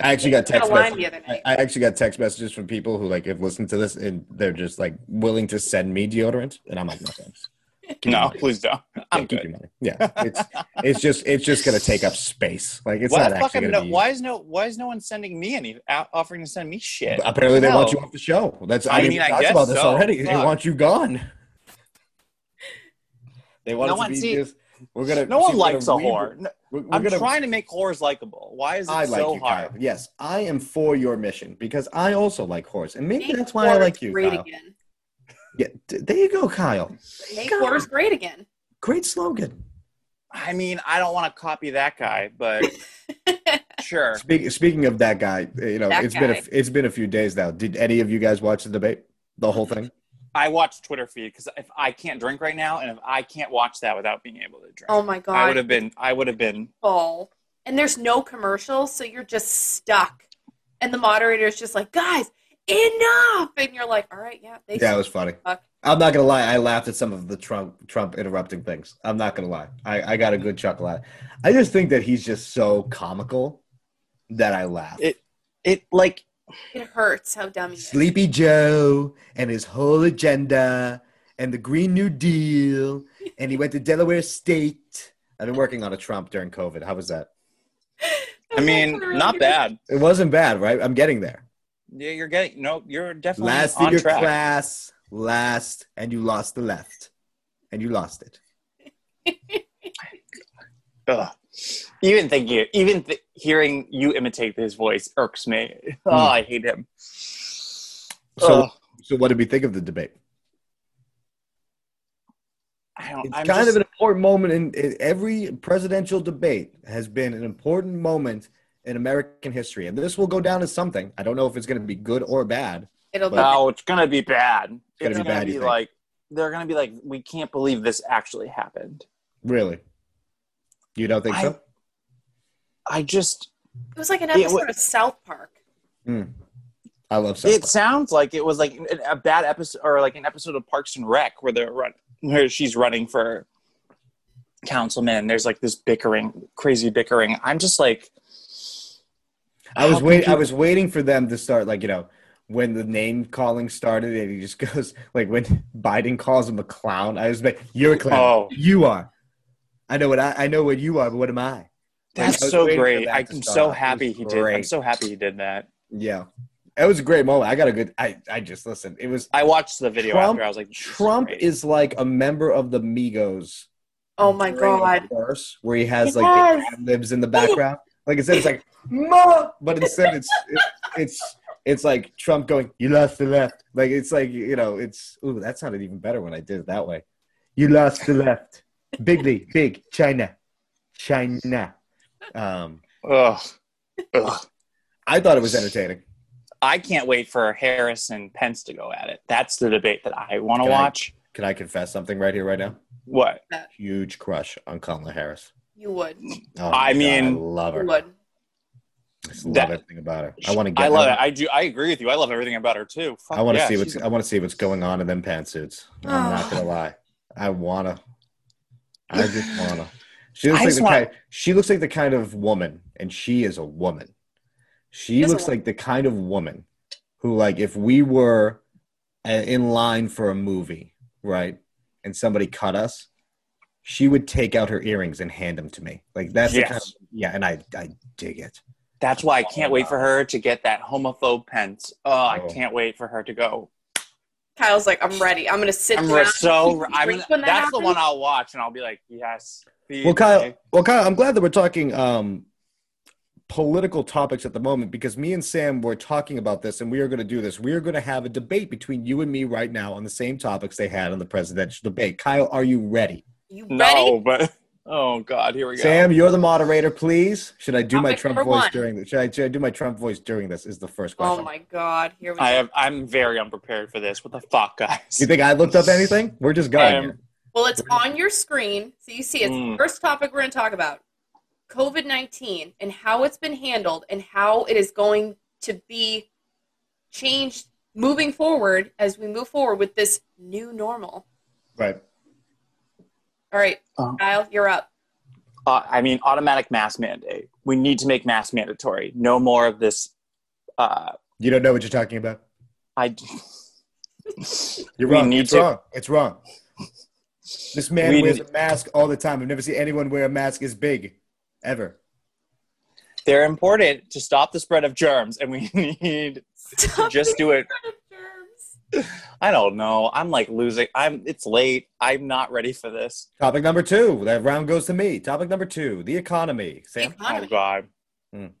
Speaker 1: I actually got
Speaker 3: I got
Speaker 1: text
Speaker 3: a line the
Speaker 1: messages.
Speaker 3: other night.
Speaker 1: I, I actually got text messages from people who like have listened to this and they're just like willing to send me deodorant and I'm like, no thanks. Keep your
Speaker 2: No,
Speaker 1: money.
Speaker 2: please don't.
Speaker 1: yeah,
Speaker 2: I'm
Speaker 1: keep
Speaker 2: good.
Speaker 1: your money. Yeah. It's it's just it's just gonna take up space. Like it's
Speaker 2: Why,
Speaker 1: not
Speaker 2: the fuck
Speaker 1: actually
Speaker 2: am
Speaker 1: gonna
Speaker 2: no,
Speaker 1: be
Speaker 2: why is no why is no one sending me any out- offering to send me shit?
Speaker 1: But Apparently, they want
Speaker 2: No.
Speaker 1: you off the show. That's I,
Speaker 2: I
Speaker 1: mean,
Speaker 2: mean,
Speaker 1: we
Speaker 2: I
Speaker 1: talked
Speaker 2: guess
Speaker 1: about this
Speaker 2: so.
Speaker 1: already. They
Speaker 2: Fuck.
Speaker 1: want you gone. They want
Speaker 2: No
Speaker 1: it
Speaker 2: one-
Speaker 1: to be
Speaker 2: see-
Speaker 1: just. We're gonna.
Speaker 2: No one
Speaker 1: see, we're
Speaker 2: likes a
Speaker 1: gonna re-
Speaker 2: whore. No,
Speaker 1: We're, we're
Speaker 2: I'm
Speaker 1: gonna,
Speaker 2: trying to make whores likable. Why is it
Speaker 1: I like
Speaker 2: so
Speaker 1: you, Kyle.
Speaker 2: hard?
Speaker 1: Yes, I am for your mission because I also like horse, and maybe
Speaker 3: Make
Speaker 1: that's why I
Speaker 3: Horace
Speaker 1: like you,
Speaker 3: Great
Speaker 1: Kyle.
Speaker 3: again.
Speaker 1: Yeah, d- there you go, Kyle.
Speaker 3: Make
Speaker 1: God.
Speaker 3: Horace great again.
Speaker 1: Great slogan.
Speaker 2: I mean, I don't want to copy that guy, but sure.
Speaker 1: Speak, speaking of that guy, you know,
Speaker 3: That
Speaker 1: it's been a,
Speaker 3: guy.
Speaker 1: f- it's been a few days now. Did any of you guys watch the debate? The whole thing.
Speaker 2: I watch Twitter feed because if I can't drink right now, and if I can't watch that without being able to drink,
Speaker 3: oh my
Speaker 2: I would
Speaker 3: god,
Speaker 2: have been. I would have been.
Speaker 3: ball. And there's no commercials, so you're just stuck. And the moderator is just like, guys, enough. And you're like, all right, yeah, they
Speaker 1: Yeah, it was funny.
Speaker 3: Fuck.
Speaker 1: I'm not gonna lie. I laughed at some of the Trump Trump interrupting things. I'm not gonna lie. I, I got a good chuckle out. I just think that he's just so comical that I laugh.
Speaker 2: It- It like
Speaker 3: it hurts how dumb he is.
Speaker 1: Sleepy Joe and his whole agenda and the Green New Deal and he went to Delaware State. I've been working on a Trump during COVID. How was that?
Speaker 2: I mean, not bad.
Speaker 1: It wasn't bad, right? I'm getting there.
Speaker 2: Yeah, you're getting no. You're definitely
Speaker 1: Last in
Speaker 2: on
Speaker 1: your
Speaker 2: track.
Speaker 1: class, last, and you lost the left, and you lost it.
Speaker 2: Ugh. Even thinking, even th- hearing you imitate his voice irks me. Oh, I hate him.
Speaker 1: Hmm. So,
Speaker 2: Ugh.
Speaker 1: so what did we think of the debate?
Speaker 2: I don't.
Speaker 1: It's
Speaker 2: I'm
Speaker 1: kind
Speaker 2: just-
Speaker 1: of an important moment in, in every presidential debate has been an important moment in American history, and this will go down as something. I don't know if it's going to be good or bad.
Speaker 3: It'll be
Speaker 2: No, oh, it's gonna be bad.
Speaker 1: gonna
Speaker 2: It's
Speaker 1: be
Speaker 2: gonna
Speaker 1: bad, you
Speaker 2: be
Speaker 1: think?
Speaker 2: like they're gonna be like, we can't believe this actually happened.
Speaker 1: Really, you don't think so?
Speaker 2: I just.
Speaker 3: it was like an
Speaker 2: It
Speaker 3: episode
Speaker 2: wa-
Speaker 3: of South Park.
Speaker 1: I love South
Speaker 2: It
Speaker 1: Park.
Speaker 2: sounds like it was like an- a bad episode, or like an episode of Parks and Rec where they're run, where she's running for councilman. There's like this bickering, crazy bickering. I'm just like,
Speaker 1: I
Speaker 2: how
Speaker 1: was
Speaker 2: could
Speaker 1: waiting. I
Speaker 2: you-
Speaker 1: was waiting for them to start, like you know, when the name calling started, and he just goes like when Biden calls him a clown. I was like, "You're a clown.
Speaker 2: Oh.
Speaker 1: You are. I know what I, I know what you are, but what am I?"
Speaker 2: That's
Speaker 1: I was
Speaker 2: so
Speaker 1: waiting for
Speaker 2: great.
Speaker 1: that to
Speaker 2: I'm
Speaker 1: start. It
Speaker 2: so
Speaker 1: was
Speaker 2: happy he did. I'm
Speaker 1: great.
Speaker 2: so happy he did that.
Speaker 1: Yeah, it was a great moment. I got a good. I I just listened. It was
Speaker 2: I watched the video
Speaker 1: Trump-
Speaker 2: after. I was like, this is
Speaker 1: Trump
Speaker 2: great.
Speaker 1: is like a member of the Migos.
Speaker 3: Oh my
Speaker 1: during a
Speaker 3: god.
Speaker 1: verse where he has like
Speaker 3: Yes.
Speaker 1: the ad libs in the background. Like I said, it's like "Ma," but instead it's it, it's it's like Trump going, "You lost the left." Like it's like you know, it's ooh, that sounded even better when I did it that way. You lost the left, bigly, big China, China. Um,
Speaker 2: Ugh. Ugh.
Speaker 1: I thought it was entertaining.
Speaker 2: I can't wait for Harris and Pence to go at it. That's the debate that I want to
Speaker 1: Can I-
Speaker 2: watch.
Speaker 1: Can I confess something right here, right now?
Speaker 2: What?
Speaker 1: Huge crush on Kamala Harris.
Speaker 3: You would.
Speaker 1: Oh, my
Speaker 2: I
Speaker 1: God,
Speaker 2: mean-
Speaker 1: I love her.
Speaker 3: You would.
Speaker 1: I just love
Speaker 2: That-
Speaker 1: everything about her. I want to get.
Speaker 2: I love it.
Speaker 1: I,
Speaker 2: I do. I agree with you. I love everything about her too. Fuck
Speaker 1: want to
Speaker 2: yeah,
Speaker 1: see what's.
Speaker 2: she's
Speaker 1: I want to see what's going on in them pantsuits. I'm
Speaker 3: Oh.
Speaker 1: not gonna lie. I wanna. I just wanna. She
Speaker 2: I
Speaker 1: looks like
Speaker 2: just
Speaker 1: the
Speaker 2: want-
Speaker 1: kind. She looks like the kind of woman, and she is a woman. She
Speaker 3: is a
Speaker 1: looks
Speaker 3: woman.
Speaker 1: like the kind of woman who, like, if we were uh, in line for a movie, right, and somebody cut us, she would take out her earrings and hand them to me. Like that's the kind
Speaker 2: Yes.
Speaker 1: of- yeah, and I I dig it.
Speaker 2: That's why I can't wait for her to get that homophobe pence. Oh, I
Speaker 1: Oh.
Speaker 2: can't wait for her to go.
Speaker 3: Kyle's like, I'm ready. I'm gonna sit
Speaker 2: I'm
Speaker 3: down.
Speaker 2: re- so.
Speaker 3: and
Speaker 2: I'm.
Speaker 3: drink
Speaker 2: That's
Speaker 3: when that
Speaker 2: the
Speaker 3: happens."
Speaker 2: one I'll watch, and I'll be like, yes. feed
Speaker 1: Well, Kyle,
Speaker 2: me.
Speaker 1: well, Kyle, I'm glad that we're talking um, political topics at the moment because me and Sam were talking about this, and we are going to do this. We are going to have a debate between you and me right now on the same topics they had on the presidential debate. Kyle, are you ready?
Speaker 3: You ready?
Speaker 2: No, but oh god, here we go.
Speaker 1: Sam, you're the moderator, please. Should I do my
Speaker 3: Topic
Speaker 1: Trump voice
Speaker 3: number one.
Speaker 1: during this? Should I, should I do my Trump voice during this? Is the first question.
Speaker 3: Oh my god, here we go.
Speaker 2: I have. I'm very unprepared for this. What the fuck, guys?
Speaker 1: You think I looked up anything? We're just going.
Speaker 2: am-
Speaker 1: here.
Speaker 3: well, it's on your screen, so you see it's the
Speaker 2: Mm.
Speaker 3: first topic we're gonna talk about. COVID nineteen and how it's been handled and how it is going to be changed moving forward as we move forward with this new normal.
Speaker 1: Right.
Speaker 3: All right,
Speaker 1: Uh-huh.
Speaker 2: Oh.
Speaker 3: Kyle, you're up.
Speaker 2: uh, I mean, automatic mask mandate. We need to make mask mandatory. No more of this. Uh,
Speaker 1: You don't know what you're talking about.
Speaker 2: I.
Speaker 1: You're
Speaker 2: We
Speaker 1: wrong.
Speaker 2: need
Speaker 1: it's
Speaker 2: to-
Speaker 1: wrong. It's wrong. This man
Speaker 2: We
Speaker 1: wears
Speaker 2: need-
Speaker 1: a mask all the time. I've never seen anyone wear a mask as big, ever.
Speaker 2: They're important to stop the spread of germs, and we need to
Speaker 3: Stop
Speaker 2: just do it.
Speaker 3: the germs.
Speaker 2: I don't know. I'm like losing. I'm. It's late. I'm not ready for this.
Speaker 1: Topic number two. That round goes to me. Topic number two: the economy.
Speaker 3: The
Speaker 1: Sam,
Speaker 2: Oh
Speaker 3: economy.
Speaker 2: God.
Speaker 3: Mhm.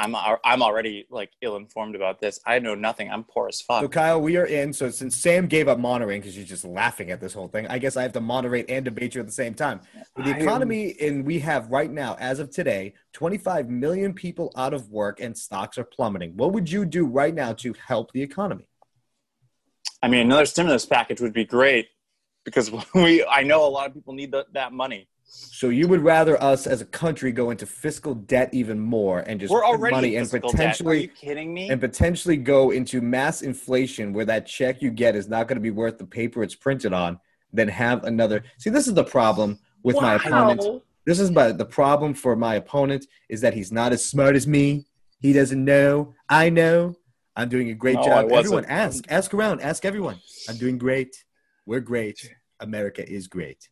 Speaker 2: I'm. al- I'm already like ill-informed about this. I know nothing. I'm poor as
Speaker 1: so
Speaker 2: fuck.
Speaker 1: Kyle, we are in. So since Sam gave up moderating because she's just laughing at this whole thing, I guess I have to moderate and debate you at the same time. With
Speaker 2: I
Speaker 1: the
Speaker 2: am-
Speaker 1: economy in we have right now, as of today, 25 million people out of work and stocks are plummeting. What would you do right now to help the economy?
Speaker 2: I mean, another stimulus package would be great because we. I know a lot of people need the, that money.
Speaker 1: So you would rather us as a country go into fiscal debt even more and just
Speaker 2: We're
Speaker 1: print
Speaker 2: already
Speaker 1: money
Speaker 2: in
Speaker 1: and
Speaker 2: fiscal debt. Are
Speaker 1: potentially
Speaker 2: you kidding me?
Speaker 1: and potentially go into mass inflation where that check you get is not going to be worth the paper it's printed on than have another See this is the problem with my opponent.
Speaker 3: Wow.
Speaker 1: This is my, the problem for my opponent is that he's not as smart as me. He doesn't know. I know. I'm doing a great
Speaker 2: No, I
Speaker 1: job.
Speaker 2: wasn't.
Speaker 1: Everyone ask ask around, ask everyone. I'm doing great. We're great. America is great.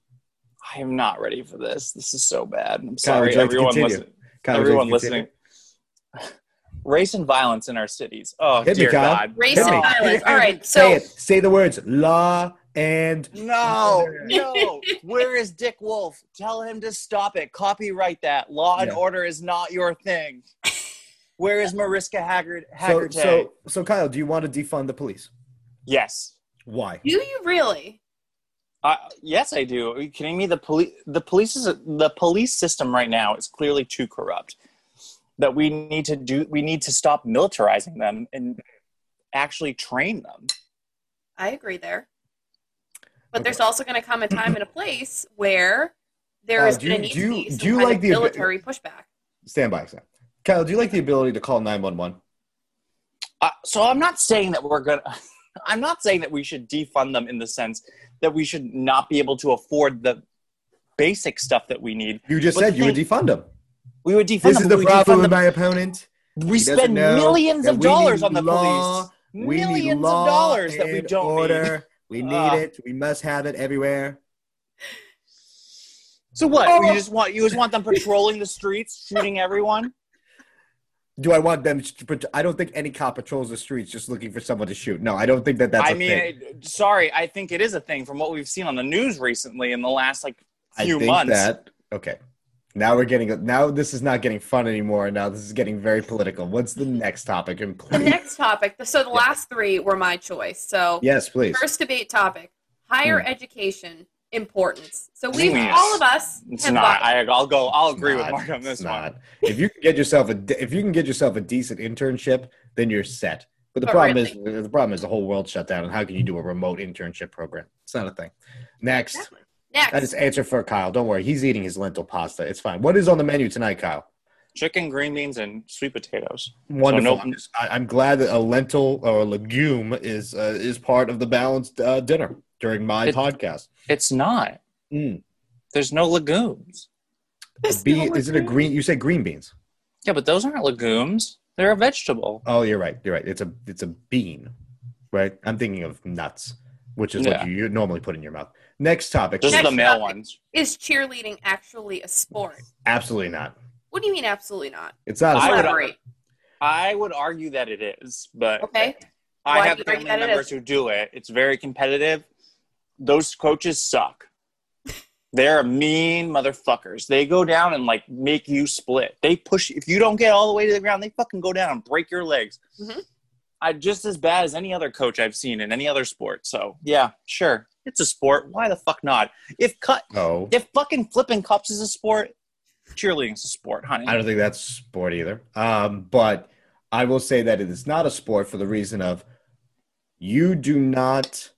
Speaker 2: I am not ready for this. This is so bad. I'm
Speaker 1: Kyle, would
Speaker 2: sorry,
Speaker 1: you like to
Speaker 2: everyone.
Speaker 1: continue?
Speaker 2: Listen,
Speaker 1: Kyle, would you like
Speaker 2: everyone
Speaker 1: to continue?
Speaker 2: listening. Race and violence in our cities. Oh
Speaker 1: Hit me,
Speaker 2: dear
Speaker 1: Kyle.
Speaker 2: God.
Speaker 3: Race
Speaker 1: Hit
Speaker 3: and
Speaker 1: me.
Speaker 3: violence. All right,
Speaker 1: say
Speaker 3: so
Speaker 1: it. Say the words law and
Speaker 2: No, no. Where is Dick Wolf? Tell him to stop it. Copyright that. Law and
Speaker 1: Yeah.
Speaker 2: order is not your thing. Where is Mariska Haggard?
Speaker 1: so,
Speaker 2: Haggard?
Speaker 1: so so Kyle, do you want to defund the police?
Speaker 2: yes.
Speaker 1: Why?
Speaker 3: do you really?
Speaker 2: Uh, yes, I do. Are you kidding me? The police, the police is the police system right now is clearly too corrupt. That we need to do. We need to stop militarizing them and actually train them.
Speaker 3: I agree there. But
Speaker 1: Okay.
Speaker 3: there's also going to come a time and a place where there
Speaker 1: Uh,
Speaker 3: is
Speaker 1: do you-
Speaker 3: going to need
Speaker 1: do you-
Speaker 3: to be some
Speaker 1: do you
Speaker 3: kind
Speaker 1: like
Speaker 3: of
Speaker 1: the-
Speaker 3: military pushback.
Speaker 1: Stand by, Sam. Kyle, do you like the ability to call nine one one?
Speaker 2: Uh, so I'm not saying that we're gonna. I'm not saying that we should defund them in the sense that we should not be able to afford the basic stuff that we need.
Speaker 1: You just
Speaker 2: But
Speaker 1: said you would
Speaker 2: think-
Speaker 1: defund them.
Speaker 2: We would defund
Speaker 1: This
Speaker 2: them.
Speaker 1: is
Speaker 2: but
Speaker 1: the
Speaker 2: we
Speaker 1: problem
Speaker 2: defund
Speaker 1: with
Speaker 2: them.
Speaker 1: my opponent.
Speaker 2: we
Speaker 1: He doesn't
Speaker 2: spend
Speaker 1: know
Speaker 2: millions
Speaker 1: that
Speaker 2: of
Speaker 1: we
Speaker 2: dollars
Speaker 1: need
Speaker 2: on the
Speaker 1: law.
Speaker 2: police.
Speaker 1: We need
Speaker 2: millions
Speaker 1: law
Speaker 2: of dollars that we
Speaker 1: and
Speaker 2: don't need.
Speaker 1: order. We need
Speaker 2: Ah.
Speaker 1: it. We must have it everywhere.
Speaker 2: So what?
Speaker 3: Oh.
Speaker 2: You just want you just want them patrolling the streets, shooting everyone?
Speaker 1: Do I want them? To, pat- I don't think any cop patrols the streets just looking for someone to shoot. No, I don't think that that's.
Speaker 2: I
Speaker 1: a
Speaker 2: mean,
Speaker 1: thing.
Speaker 2: it- sorry, I think it is a thing from what we've seen on the news recently in the last like
Speaker 1: I
Speaker 2: few
Speaker 1: think
Speaker 2: months.
Speaker 1: that okay. Now we're getting now this is not getting fun anymore. Now this is getting very political. What's the next topic? And
Speaker 3: The
Speaker 1: please,
Speaker 3: next topic. So the last three were my choice. So
Speaker 1: yes, Hmm. please.
Speaker 3: first debate topic: higher education importance. So we,
Speaker 2: Yes.
Speaker 3: all of us,
Speaker 2: it's
Speaker 3: have
Speaker 2: not.
Speaker 3: voted.
Speaker 2: I, I'll go. I'll agree
Speaker 1: It's
Speaker 2: with
Speaker 1: not-
Speaker 2: Mark on
Speaker 1: it's
Speaker 2: this one.
Speaker 1: not. If you can get yourself a de- if you can get yourself a decent internship, then you're set. But
Speaker 2: Oh,
Speaker 1: the
Speaker 3: But
Speaker 1: problem
Speaker 3: really-
Speaker 1: is the problem is the whole world shut down, and how can you do a remote internship program? It's not a thing. Next,
Speaker 3: Exactly. Next.
Speaker 1: I just answer for Kyle. Don't worry, he's eating his lentil pasta. It's fine. What is on the menu tonight, Kyle?
Speaker 2: Chicken, green beans, and sweet potatoes.
Speaker 1: Wonderful.
Speaker 2: no-
Speaker 1: I'm, just- I, am glad that a lentil or a legume is uh, is part of the balanced uh, dinner during my
Speaker 2: It-
Speaker 1: podcast.
Speaker 2: It's not.
Speaker 1: Mm.
Speaker 2: There's no legumes.
Speaker 3: There's
Speaker 1: Be-
Speaker 3: no
Speaker 1: is it a
Speaker 3: agreement.
Speaker 1: green? You said green beans.
Speaker 2: Yeah, but those aren't legumes. They're a vegetable.
Speaker 1: Oh, you're right. You're right. It's a it's a bean, right? I'm thinking of nuts, which is
Speaker 2: Yeah.
Speaker 1: what you, you normally put in your mouth. Next topic.
Speaker 2: Those are the
Speaker 3: Next
Speaker 2: male
Speaker 3: topic.
Speaker 2: ones.
Speaker 3: Is cheerleading actually a sport?
Speaker 1: Absolutely not.
Speaker 3: What do you mean absolutely not?
Speaker 1: It's not. A
Speaker 2: I would-
Speaker 1: sport.
Speaker 3: Elaborate.
Speaker 2: I would argue that it is, but
Speaker 3: Okay.
Speaker 2: I
Speaker 3: Why
Speaker 2: have
Speaker 3: do you
Speaker 2: family
Speaker 3: argue that it
Speaker 2: members
Speaker 3: is?
Speaker 2: who do it. It's very competitive. Those coaches suck. They're mean motherfuckers. They go down and like make you split. They push if you don't get all the way to the ground, they fucking go down and break your legs.
Speaker 3: Mhm.
Speaker 2: I just as bad as any other coach I've seen in any other sport. So yeah, sure, it's a sport. Why the fuck not? If cut,
Speaker 1: No,
Speaker 2: if fucking flipping cups is a sport, cheerleading's a sport, honey.
Speaker 1: I don't think that's sport either. Um, but I will say that it is not a sport for the reason of you do not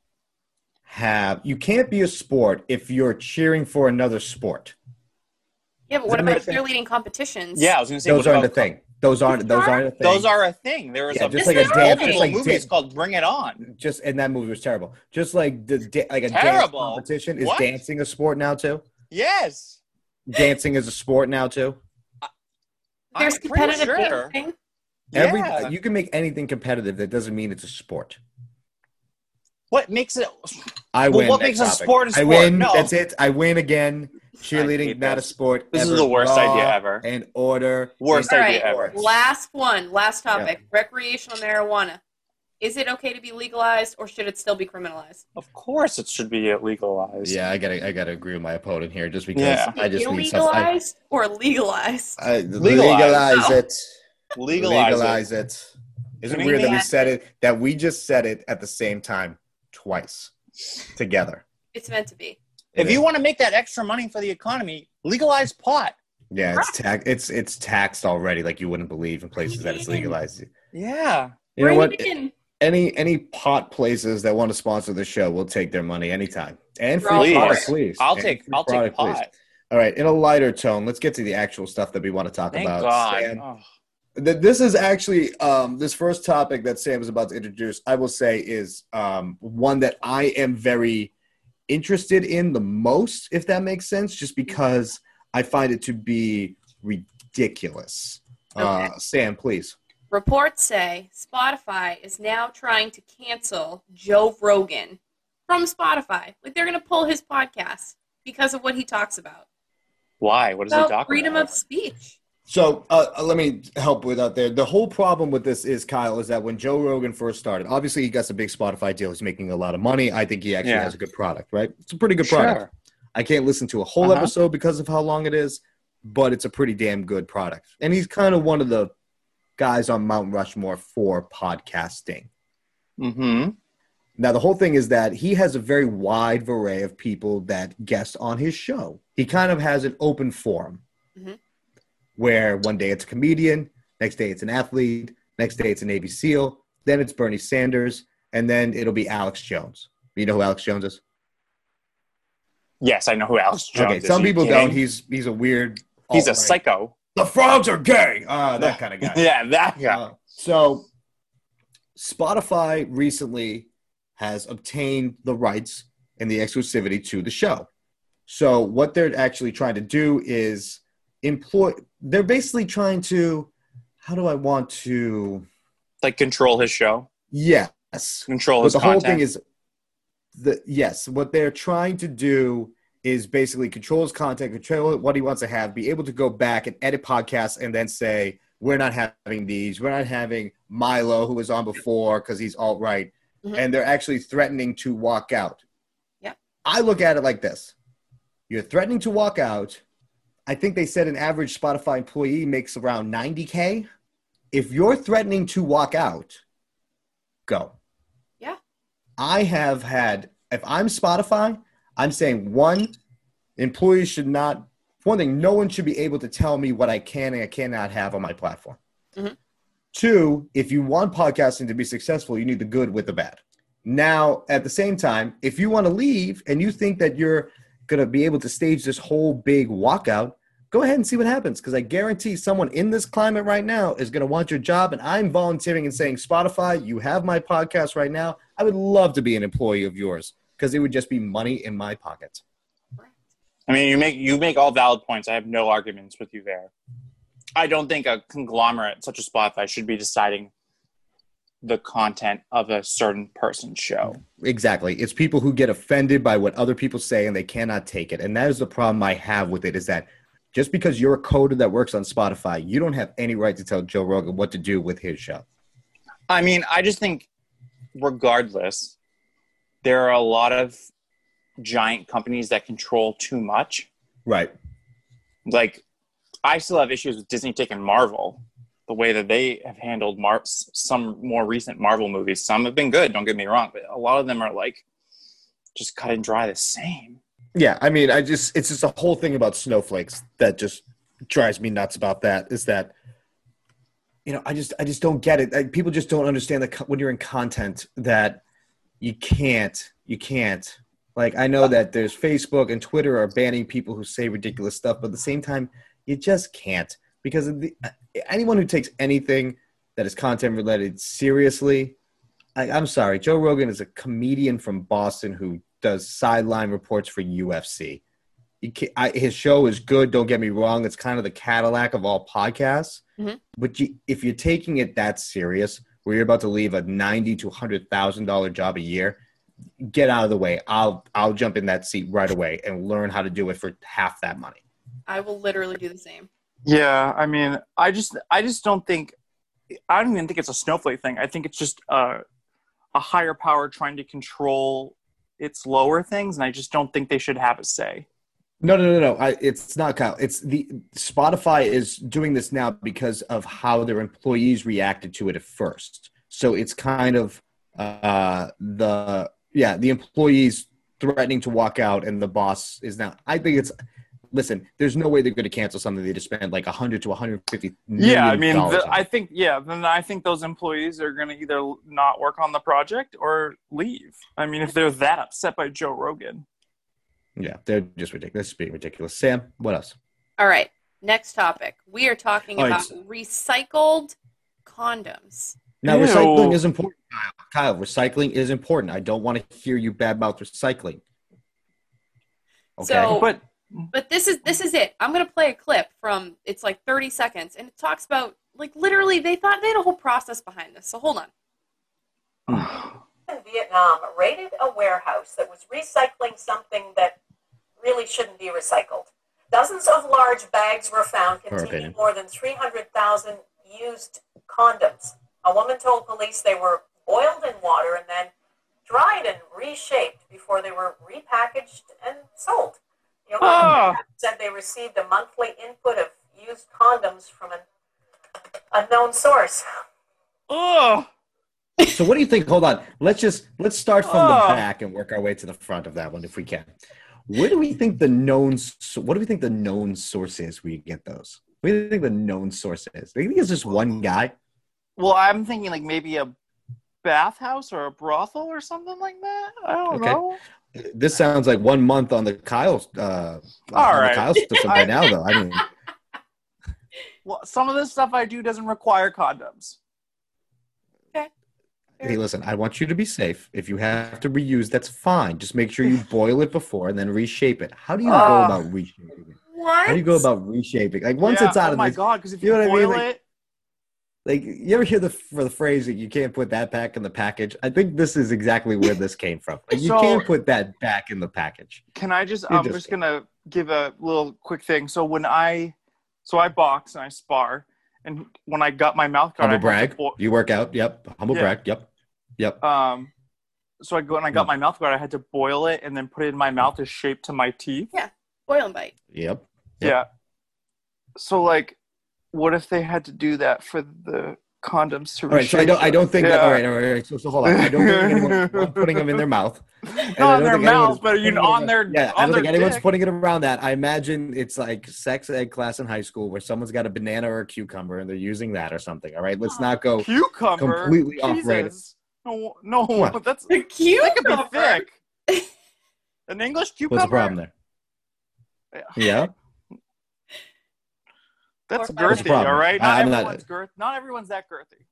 Speaker 1: have you can't be a sport if you're cheering for another sport.
Speaker 3: Yeah, but
Speaker 1: Does
Speaker 3: what
Speaker 1: that
Speaker 3: about
Speaker 1: make sense?
Speaker 3: cheerleading competitions?
Speaker 2: yeah, I was gonna say
Speaker 1: Those
Speaker 2: what
Speaker 1: aren't a
Speaker 2: about
Speaker 1: thing. Those aren't those aren't a thing.
Speaker 2: Those are a thing. There was
Speaker 1: Yeah,
Speaker 2: a
Speaker 1: just
Speaker 3: like a
Speaker 2: multiple
Speaker 3: dance- just
Speaker 1: like
Speaker 2: movies
Speaker 1: dance-
Speaker 2: called Bring It On.
Speaker 1: just and that movie was terrible. Just like the da- like a dance
Speaker 2: Terrible?
Speaker 1: competition is
Speaker 2: What?
Speaker 1: dancing a sport now too.
Speaker 2: Yes.
Speaker 1: Dancing is a sport now too.
Speaker 3: There's
Speaker 2: I'm pretty
Speaker 3: competitive
Speaker 2: sure.
Speaker 3: dancing.
Speaker 1: Every
Speaker 2: Yeah.
Speaker 1: you can make anything competitive. That doesn't mean it's a sport.
Speaker 2: What makes it
Speaker 1: I
Speaker 2: Well,
Speaker 1: win.
Speaker 2: what
Speaker 1: Next
Speaker 2: makes a
Speaker 1: topic.
Speaker 2: sport a
Speaker 1: I
Speaker 2: sport?
Speaker 1: win.
Speaker 2: No.
Speaker 1: That's it. I win again.
Speaker 2: I
Speaker 1: Cheerleading,
Speaker 2: hate
Speaker 1: not a
Speaker 2: this.
Speaker 1: sport.
Speaker 2: This is
Speaker 1: Ever.
Speaker 2: the worst
Speaker 1: Law
Speaker 2: idea ever.
Speaker 1: And order.
Speaker 2: Worst
Speaker 1: and
Speaker 3: idea
Speaker 1: order.
Speaker 2: ever.
Speaker 3: Last one, last topic. Recreational marijuana. Is it okay to be legalized or should it still be criminalized?
Speaker 2: Of course it should be legalized.
Speaker 1: Yeah, I gotta, I gotta agree with my opponent here, just because
Speaker 2: Yeah.
Speaker 1: I just need something. I,
Speaker 3: Illegalized or legalized?
Speaker 1: I
Speaker 2: Legalize.
Speaker 1: legalize
Speaker 3: No.
Speaker 1: it.
Speaker 2: Legalize,
Speaker 1: Legalize
Speaker 2: it.
Speaker 1: it. Isn't it
Speaker 2: Legalize
Speaker 1: weird that we
Speaker 3: it.
Speaker 1: said it that we just said it at the same time twice together?
Speaker 3: It's meant to be.
Speaker 2: If
Speaker 1: It
Speaker 2: you
Speaker 1: is.
Speaker 2: want to make that extra money for the economy, legalize pot.
Speaker 1: yeah, it's tax, it's it's taxed already, like you wouldn't believe in places that it's legalized.
Speaker 2: Yeah.
Speaker 1: You know
Speaker 3: Bring
Speaker 1: what?
Speaker 3: it in.
Speaker 1: any any pot places that want to sponsor the show will take their money anytime and free
Speaker 3: Please.
Speaker 1: product please
Speaker 2: I'll
Speaker 1: And
Speaker 2: take
Speaker 1: free
Speaker 2: I'll take
Speaker 1: product, please.
Speaker 2: pot.
Speaker 1: all right in a lighter tone let's get to the actual stuff that we want to talk
Speaker 2: Thank
Speaker 1: about
Speaker 2: God.
Speaker 1: Sam,
Speaker 2: Oh,
Speaker 1: th- this is actually um, this first topic that sam is about to introduce i will say is um, one that i am very interested in the most if that makes sense just because i find it to be ridiculous uh, sam please
Speaker 3: Reports say Spotify is now trying to cancel Joe Rogan from Spotify. Like they're going to pull his podcast because of what he talks about.
Speaker 2: Why? What is it
Speaker 3: About
Speaker 2: talking
Speaker 3: freedom
Speaker 2: about?
Speaker 3: of speech.
Speaker 1: So uh, let me help with out there. The whole problem with this is Kyle is that when Joe Rogan first started, obviously he got some big Spotify deal. He's making a lot of money. I think he actually
Speaker 2: Yeah.
Speaker 1: has a good product, right? It's a pretty good
Speaker 2: Sure.
Speaker 1: product. I can't listen to a whole
Speaker 2: Uh-huh.
Speaker 1: episode because of how long it is, but it's a pretty damn good product. And he's kind of one of the guys on Mount Rushmore for podcasting.
Speaker 2: Mm-hmm.
Speaker 1: Now, the whole thing is that he has a very wide array of people that guest on his show. He kind of has an open forum
Speaker 3: Mhm.
Speaker 1: where one day it's a comedian, next day it's an athlete, next day it's a Navy SEAL, then it's Bernie Sanders, and then it'll be Alex Jones. You know who Alex Jones is?
Speaker 2: Yes, I know who Alex Jones
Speaker 1: okay,
Speaker 2: is.
Speaker 1: some
Speaker 2: Are you
Speaker 1: people
Speaker 2: kidding?
Speaker 1: don't. He's he's a weird.
Speaker 2: He's a
Speaker 1: alt-right-
Speaker 2: psycho.
Speaker 1: The frogs are gay. Uh, that kind of guy.
Speaker 2: Yeah, that guy.
Speaker 1: Uh, so Spotify recently has obtained the rights and the exclusivity to the show. So what they're actually trying to do is employ they're basically trying to how do I want to
Speaker 2: like control his show,
Speaker 1: yes
Speaker 2: control
Speaker 1: but
Speaker 2: his
Speaker 1: the
Speaker 2: content.
Speaker 1: whole thing is the yes what they're trying to do is basically control his content control what he wants to have be able to go back and edit podcasts and then say we're not having these we're not having milo who was on before because he's alt right
Speaker 2: Mm-hmm.
Speaker 3: Mhm.
Speaker 1: and they're actually threatening to walk out
Speaker 3: Yeah.
Speaker 1: i look at it like this you're threatening to walk out i think they said an average spotify employee makes around 90k if you're threatening to walk out go
Speaker 3: Yeah.
Speaker 1: I have had, if I'm Spotify, I'm saying one, employees should not, one thing, no one should be able to tell me what I can and I cannot have on my platform.
Speaker 3: Mhm.
Speaker 1: Two, if you want podcasting to be successful, you need the good with the bad. Now, at the same time, if you want to leave and you think that you're going to be able to stage this whole big walkout, go ahead and see what happens because I guarantee someone in this climate right now is going to want your job. And I'm volunteering and saying, Spotify, you have my podcast right now. I would love to be an employee of yours because it would just be money in my pocket.
Speaker 4: I mean, you make you make all valid points. I have no arguments with you there. I don't think a conglomerate such as Spotify should be deciding the content of a certain person's show.
Speaker 1: Exactly. It's people who get offended by what other people say and they cannot take it. And that is the problem I have with it is that just because you're a coder that works on Spotify, you don't have any right to tell Joe Rogan what to do with his show.
Speaker 4: I mean, I just think, regardless, there are a lot of giant companies that control too much.
Speaker 1: Right.
Speaker 4: Like, I still have issues with Disney taking Marvel, the way that they have handled Mar- s- some more recent Marvel movies. Some have been good, don't get me wrong, but a lot of them are like just cut and dry the same.
Speaker 1: Yeah, I mean, I just it's just a whole thing about snowflakes that just drives me nuts about that is that you know, I just I just don't get it. Like, people just don't understand that co- when you're in content that you can't you can't like I know that there's Facebook and Twitter are banning people who say ridiculous stuff, but at the same time, you just can't because of the, anyone who takes anything that is content related seriously I, I'm sorry, Joe Rogan is a comedian from Boston who does sideline reports for UFC. You ca I, his show is good. Don't get me wrong; it's kind of the Cadillac of all podcasts.
Speaker 3: Mhm.
Speaker 1: But you, if you're taking it that serious, where you're about to leave a ninety to hundred thousand dollar job a year, get out of the way. I'll I'll jump in that seat right away and learn how to do it for half that money.
Speaker 3: I will literally do the same.
Speaker 2: Yeah, I mean, I just, I just don't think, I don't even think it's a snowflake thing. I think it's just a, a higher power trying to control its lower things, and I just don't think they should have a say.
Speaker 1: No, no, no, no. I, it's not Kyle. It's the Spotify is doing this now because of how their employees reacted to it at first. So it's kind of uh, the yeah the employees threatening to walk out, and the boss is now. I think it's listen. There's no way they're going to cancel something they just spent like 100 to 150.
Speaker 2: Yeah, I mean,
Speaker 1: million dollars
Speaker 2: the,
Speaker 1: on.
Speaker 2: I think yeah. Then I think those employees are going to either not work on the project or leave. I mean, if they're that upset by Joe Rogan,
Speaker 1: yeah, they're just ridiculous. It's being ridiculous. Sam, what else?
Speaker 3: All right, next topic. We are talking
Speaker 1: All right,
Speaker 3: about
Speaker 1: so-
Speaker 3: recycled condoms.
Speaker 1: Now,
Speaker 2: Ew.
Speaker 1: recycling is important, Kyle. Kyle, recycling is important. I don't want to hear you badmouth recycling.
Speaker 3: So-
Speaker 2: but
Speaker 3: But this is this is it. I'm gonna play a clip from it's like 30 seconds, and it talks about like literally they thought they had a whole process behind this. So hold on.
Speaker 5: in Vietnam raided a warehouse that was recycling something that really shouldn't be recycled. Dozens of large bags were found
Speaker 1: Her opinion.
Speaker 5: containing more than 300,000 used condoms. A woman told police they were boiled in water and then dried and reshaped before they were repackaged and sold. The
Speaker 2: Ah.
Speaker 5: Iranian said they received a monthly input of used condoms from an unknown source.
Speaker 2: ugh,
Speaker 1: So what do you think? Hold on. Let's just let's start from the
Speaker 2: Oh.
Speaker 1: back and work our way to the front of that one if we can. Where do we think the known s- what do we think the known source is where you get those? What do you think the known source is? Do you think it's just one guy?
Speaker 2: well, I'm thinking like maybe a bathhouse or a brothel or something like that. I don't
Speaker 1: Okay.
Speaker 2: know.
Speaker 1: This sounds like one month on the Kyle's uh on
Speaker 2: All
Speaker 1: the
Speaker 2: right.
Speaker 1: Kyle's system by now though. I mean
Speaker 2: Well, some of the stuff I do doesn't require condoms.
Speaker 1: hey listen, I want you to be safe. If you have to reuse, that's fine. Just make sure you boil it before and then reshape it. How do you go
Speaker 2: Ah.
Speaker 1: about reshaping it?
Speaker 3: What?
Speaker 1: How do you go about reshaping? Like once
Speaker 2: Yeah,
Speaker 1: it's out
Speaker 2: oh
Speaker 1: of
Speaker 2: my
Speaker 1: the
Speaker 2: god, because if
Speaker 1: you
Speaker 2: you,
Speaker 1: know what I mean?
Speaker 2: boil
Speaker 1: Like-
Speaker 2: it,
Speaker 1: Like you ever hear the for the phrase that you can't put that back in the package? I think this is exactly where this came from. Like, you
Speaker 2: So-
Speaker 1: can't put that back in the package.
Speaker 2: Can I just?
Speaker 1: You
Speaker 2: I'm
Speaker 1: just-
Speaker 2: just, gonna give a little quick thing. So when I, so I box and I spar, and when I got my mouth guard, I
Speaker 1: Humble
Speaker 2: had to
Speaker 1: brag.
Speaker 2: bo-
Speaker 1: You work out. Yep. Humble
Speaker 2: Yeah.
Speaker 1: brag. Yep. Yep.
Speaker 2: um, so I go and I
Speaker 1: Hmm.
Speaker 2: got my mouth guard. I had to boil it and then put it in my mouth to shape to my teeth.
Speaker 3: Boil and bite.
Speaker 1: Yep.
Speaker 2: Yeah. So like, what if they had to do that for the condoms to
Speaker 1: All right, so I don't, I don't think that.
Speaker 2: Yeah.
Speaker 1: All right, all right, all right. So, so hold on. I don't think anyone's one, putting them in their mouth. And I
Speaker 2: Not
Speaker 1: don't
Speaker 2: in their
Speaker 1: think anyone's
Speaker 2: mouth, but you
Speaker 1: putting
Speaker 2: know, on
Speaker 1: it-
Speaker 2: their
Speaker 1: Yeah, I
Speaker 2: on
Speaker 1: don't
Speaker 2: their
Speaker 1: think anyone's
Speaker 2: dick.
Speaker 1: putting it around that. I imagine it's like sex ed class in high school where someone's got a banana or a cucumber and they're using that or something. All right, let's not go.
Speaker 2: cucumber.
Speaker 1: completely off
Speaker 2: Jesus. No, no,
Speaker 1: What?
Speaker 2: that's
Speaker 3: The
Speaker 2: that could be
Speaker 3: cucumber.
Speaker 2: thick. An English cucumber.
Speaker 1: What's the problem there? Yeah,
Speaker 2: That's girthy,
Speaker 3: What's
Speaker 1: the problem?
Speaker 2: all right. Not
Speaker 1: I'm not-
Speaker 2: everyone's girth. Not everyone's that girthy.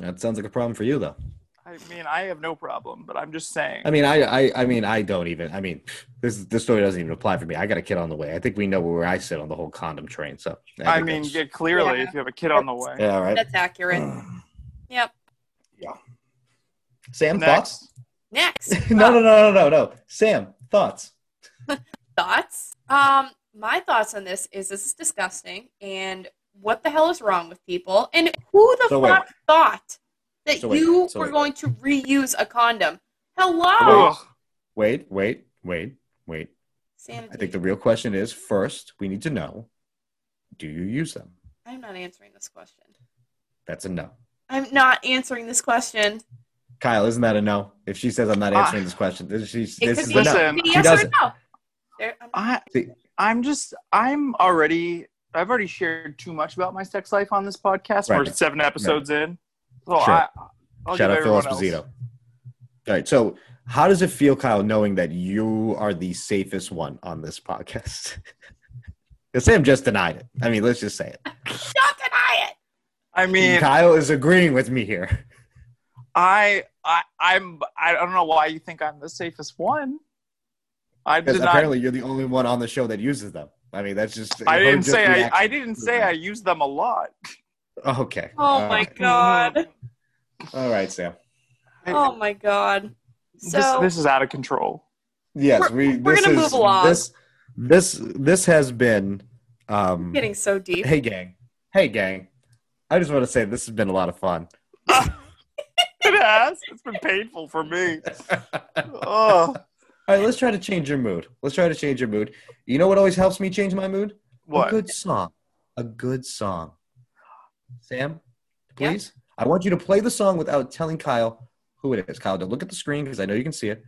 Speaker 1: that sounds like a problem for you though.
Speaker 2: I mean, I have no problem, but I'm just saying.
Speaker 1: I mean, I, I, I mean, I don't even. I mean, this this story doesn't even apply for me. I got a kid on the way. I think we know where I sit on the whole condom train. So
Speaker 2: I
Speaker 1: think
Speaker 2: mean,
Speaker 1: that's-
Speaker 2: yeah, clearly,
Speaker 3: Yeah.
Speaker 2: if you have a kid on the way.
Speaker 1: yeah, all right.
Speaker 3: That's accurate. Yep.
Speaker 1: Sam, thoughts?
Speaker 2: Next.
Speaker 3: Next. Uh,
Speaker 1: no, no, no, no, no, no. Sam, thoughts?
Speaker 3: thoughts um my thoughts on this is this is disgusting and what the hell is wrong with people and who the
Speaker 1: So wait.
Speaker 3: fuck thought that
Speaker 1: So wait,
Speaker 3: you
Speaker 1: so
Speaker 3: were
Speaker 1: wait.
Speaker 3: going to reuse a condom hello
Speaker 2: Ugh.
Speaker 1: Wait, wait, wait, wait.
Speaker 3: Sanity.
Speaker 1: I think the real question is first, we need to know do you use them?
Speaker 3: i'm not answering this question
Speaker 1: That's a no.
Speaker 3: i'm not answering this question
Speaker 1: Kyle, isn't that a no? If she says I'm not answering
Speaker 2: Ah.
Speaker 1: this question, this, she's,
Speaker 3: it
Speaker 1: this
Speaker 3: could
Speaker 1: is
Speaker 3: be,
Speaker 1: a no.
Speaker 2: Listen,
Speaker 3: it could be
Speaker 1: She
Speaker 3: yes or
Speaker 1: doesn't.
Speaker 3: no there, I'm,
Speaker 2: I,
Speaker 1: See-
Speaker 2: I'm just, I'm already, I've already shared too much about my sex life on this podcast. We're
Speaker 1: Right.
Speaker 2: seven episodes in. So
Speaker 1: Sure.
Speaker 2: I, I'll
Speaker 1: Shout
Speaker 2: give
Speaker 1: out Phil
Speaker 2: everyone
Speaker 1: Esposito.
Speaker 2: else.
Speaker 1: All right. So, how does it feel, Kyle, knowing that you are the safest one on this podcast? 'Cause Sam just denied it. I mean, let's just say it.
Speaker 3: don't deny it
Speaker 2: I mean,
Speaker 1: Kyle is agreeing with me here.
Speaker 2: I, I, I'm, I don't know why you think I'm the safest one. I
Speaker 1: Because
Speaker 2: did not.
Speaker 1: apparently you're the only one on the show that uses them. I mean, that's just.
Speaker 2: I
Speaker 1: her
Speaker 2: didn't
Speaker 1: just
Speaker 2: say I,
Speaker 1: reaction-
Speaker 2: I didn't say I use them a lot.
Speaker 1: okay.
Speaker 3: oh
Speaker 1: All
Speaker 3: my
Speaker 1: right.
Speaker 3: god
Speaker 1: All right, Sam.
Speaker 3: oh my god
Speaker 2: this,
Speaker 3: so-
Speaker 2: this is out of control.
Speaker 1: Yes,
Speaker 3: We're-
Speaker 1: we.
Speaker 3: we're
Speaker 1: this
Speaker 3: gonna
Speaker 1: is-
Speaker 3: move along.
Speaker 1: This, this, this has been. Um,
Speaker 3: getting so deep
Speaker 1: hey, gang. Hey, gang. I just want to say this has been a lot of fun.
Speaker 2: It has. It's been painful for me.
Speaker 1: All
Speaker 2: Oh,
Speaker 1: right, let's try to change your mood. Let's try to change your mood. You know what always helps me change my mood? A
Speaker 2: what?
Speaker 1: good song. A good song. Sam,
Speaker 3: Yeah?
Speaker 1: please. I want you to play the song without telling Kyle who it is. Kyle, don't look at the screen because I know you can see it.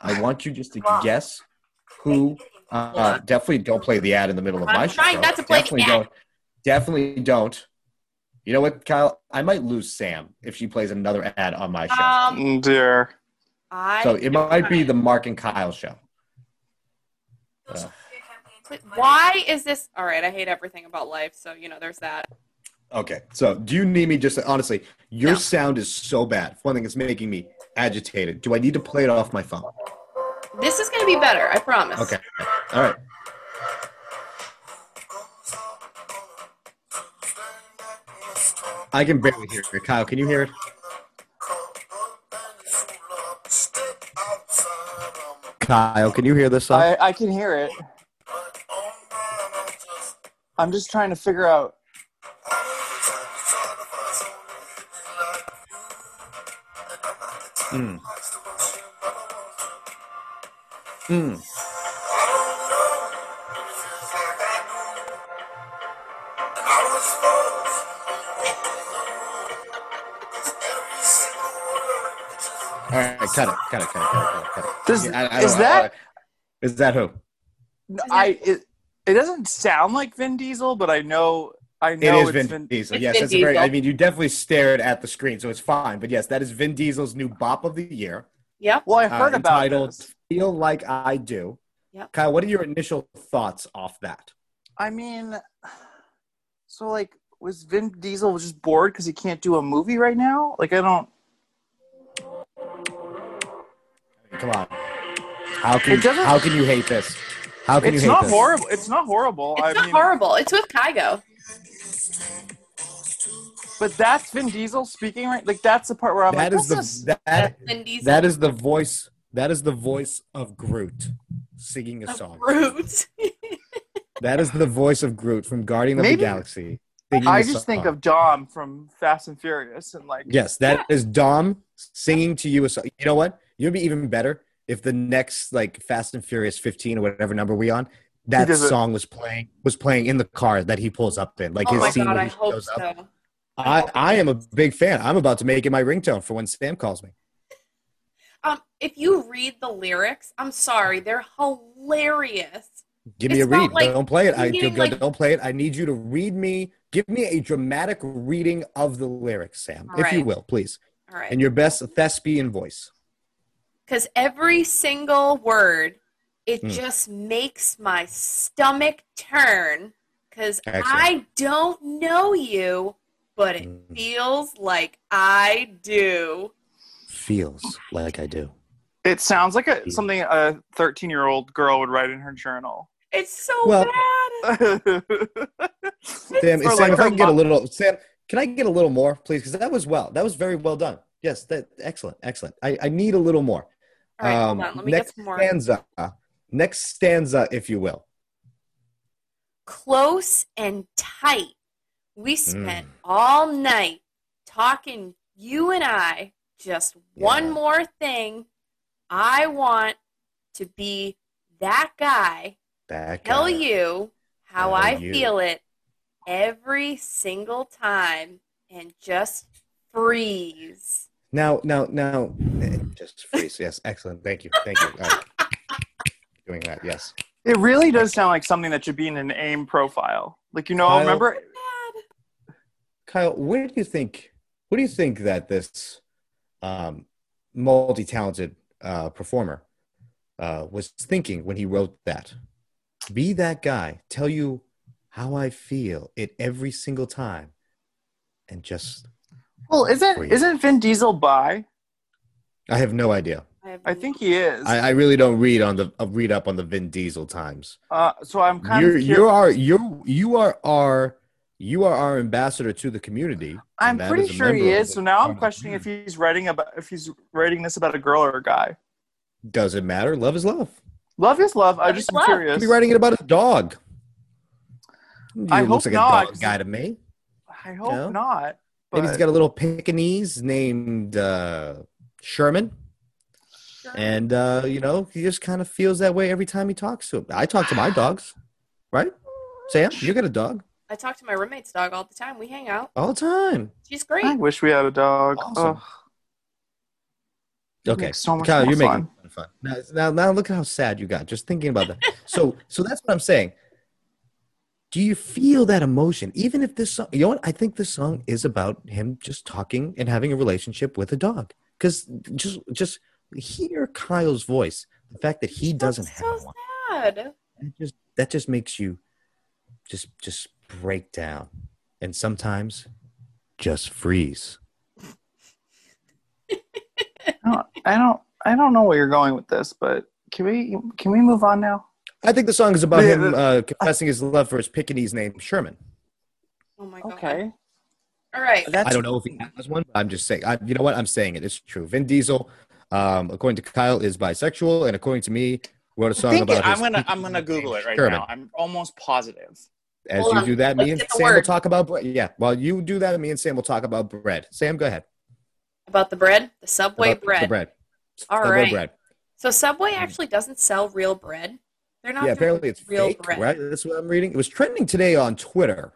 Speaker 1: I want you just to
Speaker 5: Wow.
Speaker 1: guess who. Uh, definitely don't play the ad in the middle of
Speaker 3: I'm
Speaker 1: my show.
Speaker 3: trying not to play the
Speaker 1: definitely
Speaker 3: ad.
Speaker 1: don't. Definitely don't. You know what, Kyle? I might lose Sam if she plays another ad on my show.
Speaker 3: um
Speaker 2: Mm, Dear.
Speaker 3: i
Speaker 1: so it might be the Mark and Kyle show.
Speaker 3: But why is this all right i hate everything about life so you know there's that
Speaker 1: Okay. So do you need me just honestly? Your
Speaker 3: No.
Speaker 1: sound is so bad. One thing is making me agitated. Do I need to play it off my phone?
Speaker 3: this is gonna be better i promise
Speaker 1: Okay. All right. I can barely hear it. Kyle, can you hear it? Kyle, can you hear this song?
Speaker 4: I, I can hear it. I'm just trying to figure out.
Speaker 1: Mm. Mm. All right, cut it, cut it, cut it, cut it, cut it.
Speaker 4: Does,
Speaker 1: Yeah, I- I
Speaker 4: is
Speaker 1: don't- I-
Speaker 4: that?
Speaker 1: is that who?
Speaker 2: I it, it doesn't sound like Vin Diesel, but I know I
Speaker 1: It
Speaker 2: know
Speaker 1: is
Speaker 2: it's
Speaker 1: Vin,
Speaker 2: Vin.
Speaker 1: Diesel.
Speaker 3: It's
Speaker 1: yes,
Speaker 3: Vin
Speaker 1: that's a very.
Speaker 3: Diesel.
Speaker 1: I mean, you definitely stared at the screen, so it's fine. But yes, that is Vin Diesel's new bop of the year.
Speaker 3: yep
Speaker 4: Well, I heard
Speaker 1: uh,
Speaker 4: about
Speaker 1: entitled
Speaker 4: this.
Speaker 1: "Feel Like I Do."
Speaker 3: Yep.
Speaker 1: Kyle, what are your initial thoughts off that?
Speaker 4: I mean,
Speaker 2: So like, was Vin Diesel just bored because he can't do a movie right now? Like, I don't.
Speaker 1: Come on, how can
Speaker 2: It doesn't-
Speaker 1: how can you hate this? How can
Speaker 2: It's
Speaker 1: you hate
Speaker 2: not
Speaker 1: this?
Speaker 2: horrible. It's not horrible.
Speaker 3: it's
Speaker 2: I
Speaker 3: not
Speaker 2: mean,
Speaker 3: horrible it's with kygo
Speaker 2: but that's Vin Diesel speaking right. Like, that's the part where I'm
Speaker 1: That
Speaker 2: like,
Speaker 1: is
Speaker 2: this
Speaker 1: the that
Speaker 3: That's Vin Diesel.
Speaker 1: that is the voice that is the voice of Groot singing a
Speaker 3: Of
Speaker 1: song.
Speaker 3: Groot.
Speaker 1: That is the voice of Groot from Guardian of
Speaker 2: Maybe-
Speaker 1: the Galaxy. singing
Speaker 2: I
Speaker 1: a
Speaker 2: just think
Speaker 1: song.
Speaker 2: of Dom from Fast and Furious, and like,
Speaker 1: Yes, that is Dom singing to you a song. You know what? You'd be even better if the next like Fast and Furious 15 or whatever number we on that
Speaker 2: does it.
Speaker 1: song was playing was playing in the car that he pulls up in. Like
Speaker 3: oh
Speaker 1: his
Speaker 3: my
Speaker 1: scene
Speaker 3: god
Speaker 1: when
Speaker 3: i
Speaker 1: he
Speaker 3: hope
Speaker 1: shows up.
Speaker 3: so
Speaker 1: I, I am a big fan. I'm about to make it my ringtone for when Sam calls me.
Speaker 3: Um, if you read the lyrics, I'm sorry, they're hilarious.
Speaker 1: Give me
Speaker 3: It's
Speaker 1: a
Speaker 3: not
Speaker 1: read.
Speaker 3: like-
Speaker 1: don't play it. I
Speaker 3: meaning
Speaker 1: don't,
Speaker 3: like-
Speaker 1: don't play it. I need you to read me. Give me a dramatic reading of the lyrics, Sam,
Speaker 3: All
Speaker 1: if you
Speaker 3: right.
Speaker 1: will, please,
Speaker 3: All right.
Speaker 1: in your best thespian voice.
Speaker 3: because every single word it
Speaker 1: Mm.
Speaker 3: just makes my stomach turn because
Speaker 1: Excellent.
Speaker 3: i don't know you but it
Speaker 1: Mm.
Speaker 3: feels like i do
Speaker 1: Feels like I do.
Speaker 2: It sounds like
Speaker 1: Hmm.
Speaker 2: a, something a 13 year old girl would write in her journal.
Speaker 3: it's so
Speaker 1: Well-
Speaker 3: bad
Speaker 1: Sam,
Speaker 2: Or
Speaker 1: Sam,
Speaker 2: like
Speaker 1: if I
Speaker 2: her
Speaker 1: can get a
Speaker 2: mom-
Speaker 1: little, Sam, can I get a little more, please? Because that was well. That was very well done. Yes, that excellent, excellent. I, I need a little more.
Speaker 3: all right
Speaker 1: Um,
Speaker 3: hold on let me
Speaker 1: next
Speaker 3: get some more
Speaker 1: stanza. Next stanza, if you will.
Speaker 3: close and tight we spent
Speaker 1: Mm.
Speaker 3: all night talking you and i just one
Speaker 1: Yeah.
Speaker 3: more thing i want to be that guy
Speaker 1: Back.
Speaker 3: tell
Speaker 1: at it.
Speaker 3: you how
Speaker 1: Tell
Speaker 3: I
Speaker 1: you.
Speaker 3: feel it every single time and just freeze.
Speaker 1: Now, now, now. eh, Just freeze. Yes, excellent. Thank you. Thank you. All right. Doing that. Yes.
Speaker 2: It really does sound like something that should be in an AIM profile. Like, you know,
Speaker 1: Kyle-
Speaker 2: remember
Speaker 3: Dad.
Speaker 1: Kyle, where do you think? What do you think that this um, multi-talented uh, performer uh, was thinking when he wrote that? Be that guy. Tell you how I feel it every single time, and just
Speaker 2: Well, isn't
Speaker 1: Wait.
Speaker 2: isn't Vin Diesel bi?
Speaker 1: I have no idea.
Speaker 3: have
Speaker 2: I
Speaker 3: no-
Speaker 2: think he is.
Speaker 1: I, I really don't read on the uh, read up on the Vin Diesel times.
Speaker 2: uh, so I'm kind
Speaker 1: You're
Speaker 2: of
Speaker 1: you
Speaker 2: curious.
Speaker 1: are you you are our you are our ambassador to the community.
Speaker 2: I'm
Speaker 1: and that
Speaker 2: pretty
Speaker 1: a
Speaker 2: sure he
Speaker 1: member of
Speaker 2: is.
Speaker 1: the-
Speaker 2: So now I'm questioning if he's writing about if he's writing this about a girl or a guy.
Speaker 1: Does it matter? Love is love.
Speaker 2: Love is love. I
Speaker 3: Love
Speaker 2: just
Speaker 3: is
Speaker 2: am
Speaker 3: love.
Speaker 1: Could
Speaker 2: curious.
Speaker 1: be writing it about a dog. He
Speaker 2: I
Speaker 1: looks like
Speaker 2: hope not,
Speaker 1: a dog
Speaker 2: 'cause
Speaker 1: guy to me.
Speaker 2: I hope
Speaker 1: No?
Speaker 2: not.
Speaker 1: Maybe he's
Speaker 2: but-
Speaker 1: got a little Pekingese named uh, Sherman,
Speaker 3: Sure.
Speaker 1: and uh, you know he just kind of feels that way every time he talks to him. I talk to my dogs, right? Sam, you got a dog
Speaker 3: I talk to my roommate's dog all the time. We hang out.
Speaker 1: all the time.
Speaker 3: She's great.
Speaker 2: I wish we had a dog.
Speaker 1: Awesome.
Speaker 2: Ugh,
Speaker 1: Okay,
Speaker 2: makes so much
Speaker 1: Kyle,
Speaker 2: more
Speaker 1: you're
Speaker 2: fun.
Speaker 1: making it fun. Now, now, now, look at how sad you got just thinking about that. so, so that's what I'm saying. Do you feel that emotion? Even if this song, you know what? I think this song is about him just talking and having a relationship with a dog. Because just, just hear Kyle's voice. The fact that he doesn't
Speaker 3: That's
Speaker 1: have
Speaker 3: so
Speaker 1: one
Speaker 3: sad.
Speaker 1: that just that just makes you just just break down, and sometimes just freeze.
Speaker 2: I don't, I don't. I don't know where you're going with this, but can we can we move on now?
Speaker 1: I think the song is about
Speaker 2: Yeah,
Speaker 1: him
Speaker 2: that-
Speaker 1: uh, confessing his love for his Pekingese named Sherman.
Speaker 3: Oh my god.
Speaker 2: Okay.
Speaker 3: All right.
Speaker 4: That's
Speaker 1: I don't know if he has one, but I'm just saying. I, you know what? I'm saying it. It's true. Vin Diesel, um, according to Kyle, is bisexual, and according to me, wrote a
Speaker 4: I
Speaker 1: song
Speaker 4: think
Speaker 1: about.
Speaker 4: it, I'm
Speaker 1: his-
Speaker 4: gonna I'm gonna Google it right
Speaker 1: Sherman.
Speaker 4: now. I'm almost positive.
Speaker 1: As
Speaker 3: Hold
Speaker 1: you
Speaker 3: on.
Speaker 1: do that, me
Speaker 3: Let's
Speaker 1: and
Speaker 3: get the
Speaker 1: Sam will
Speaker 3: word.
Speaker 1: talk about bread. Yeah, while you do that, me and Sam will talk about bread. Sam, go ahead.
Speaker 3: About the bread, the Subway
Speaker 1: About the
Speaker 3: bread.
Speaker 1: bread.
Speaker 3: All
Speaker 1: Subway
Speaker 3: right.
Speaker 1: bread.
Speaker 3: So Subway actually doesn't sell real bread. They're not
Speaker 1: Yeah,
Speaker 3: doing
Speaker 1: apparently it's
Speaker 3: real
Speaker 1: fake,
Speaker 3: bread.
Speaker 1: right? That's what I'm reading. It was trending today on Twitter.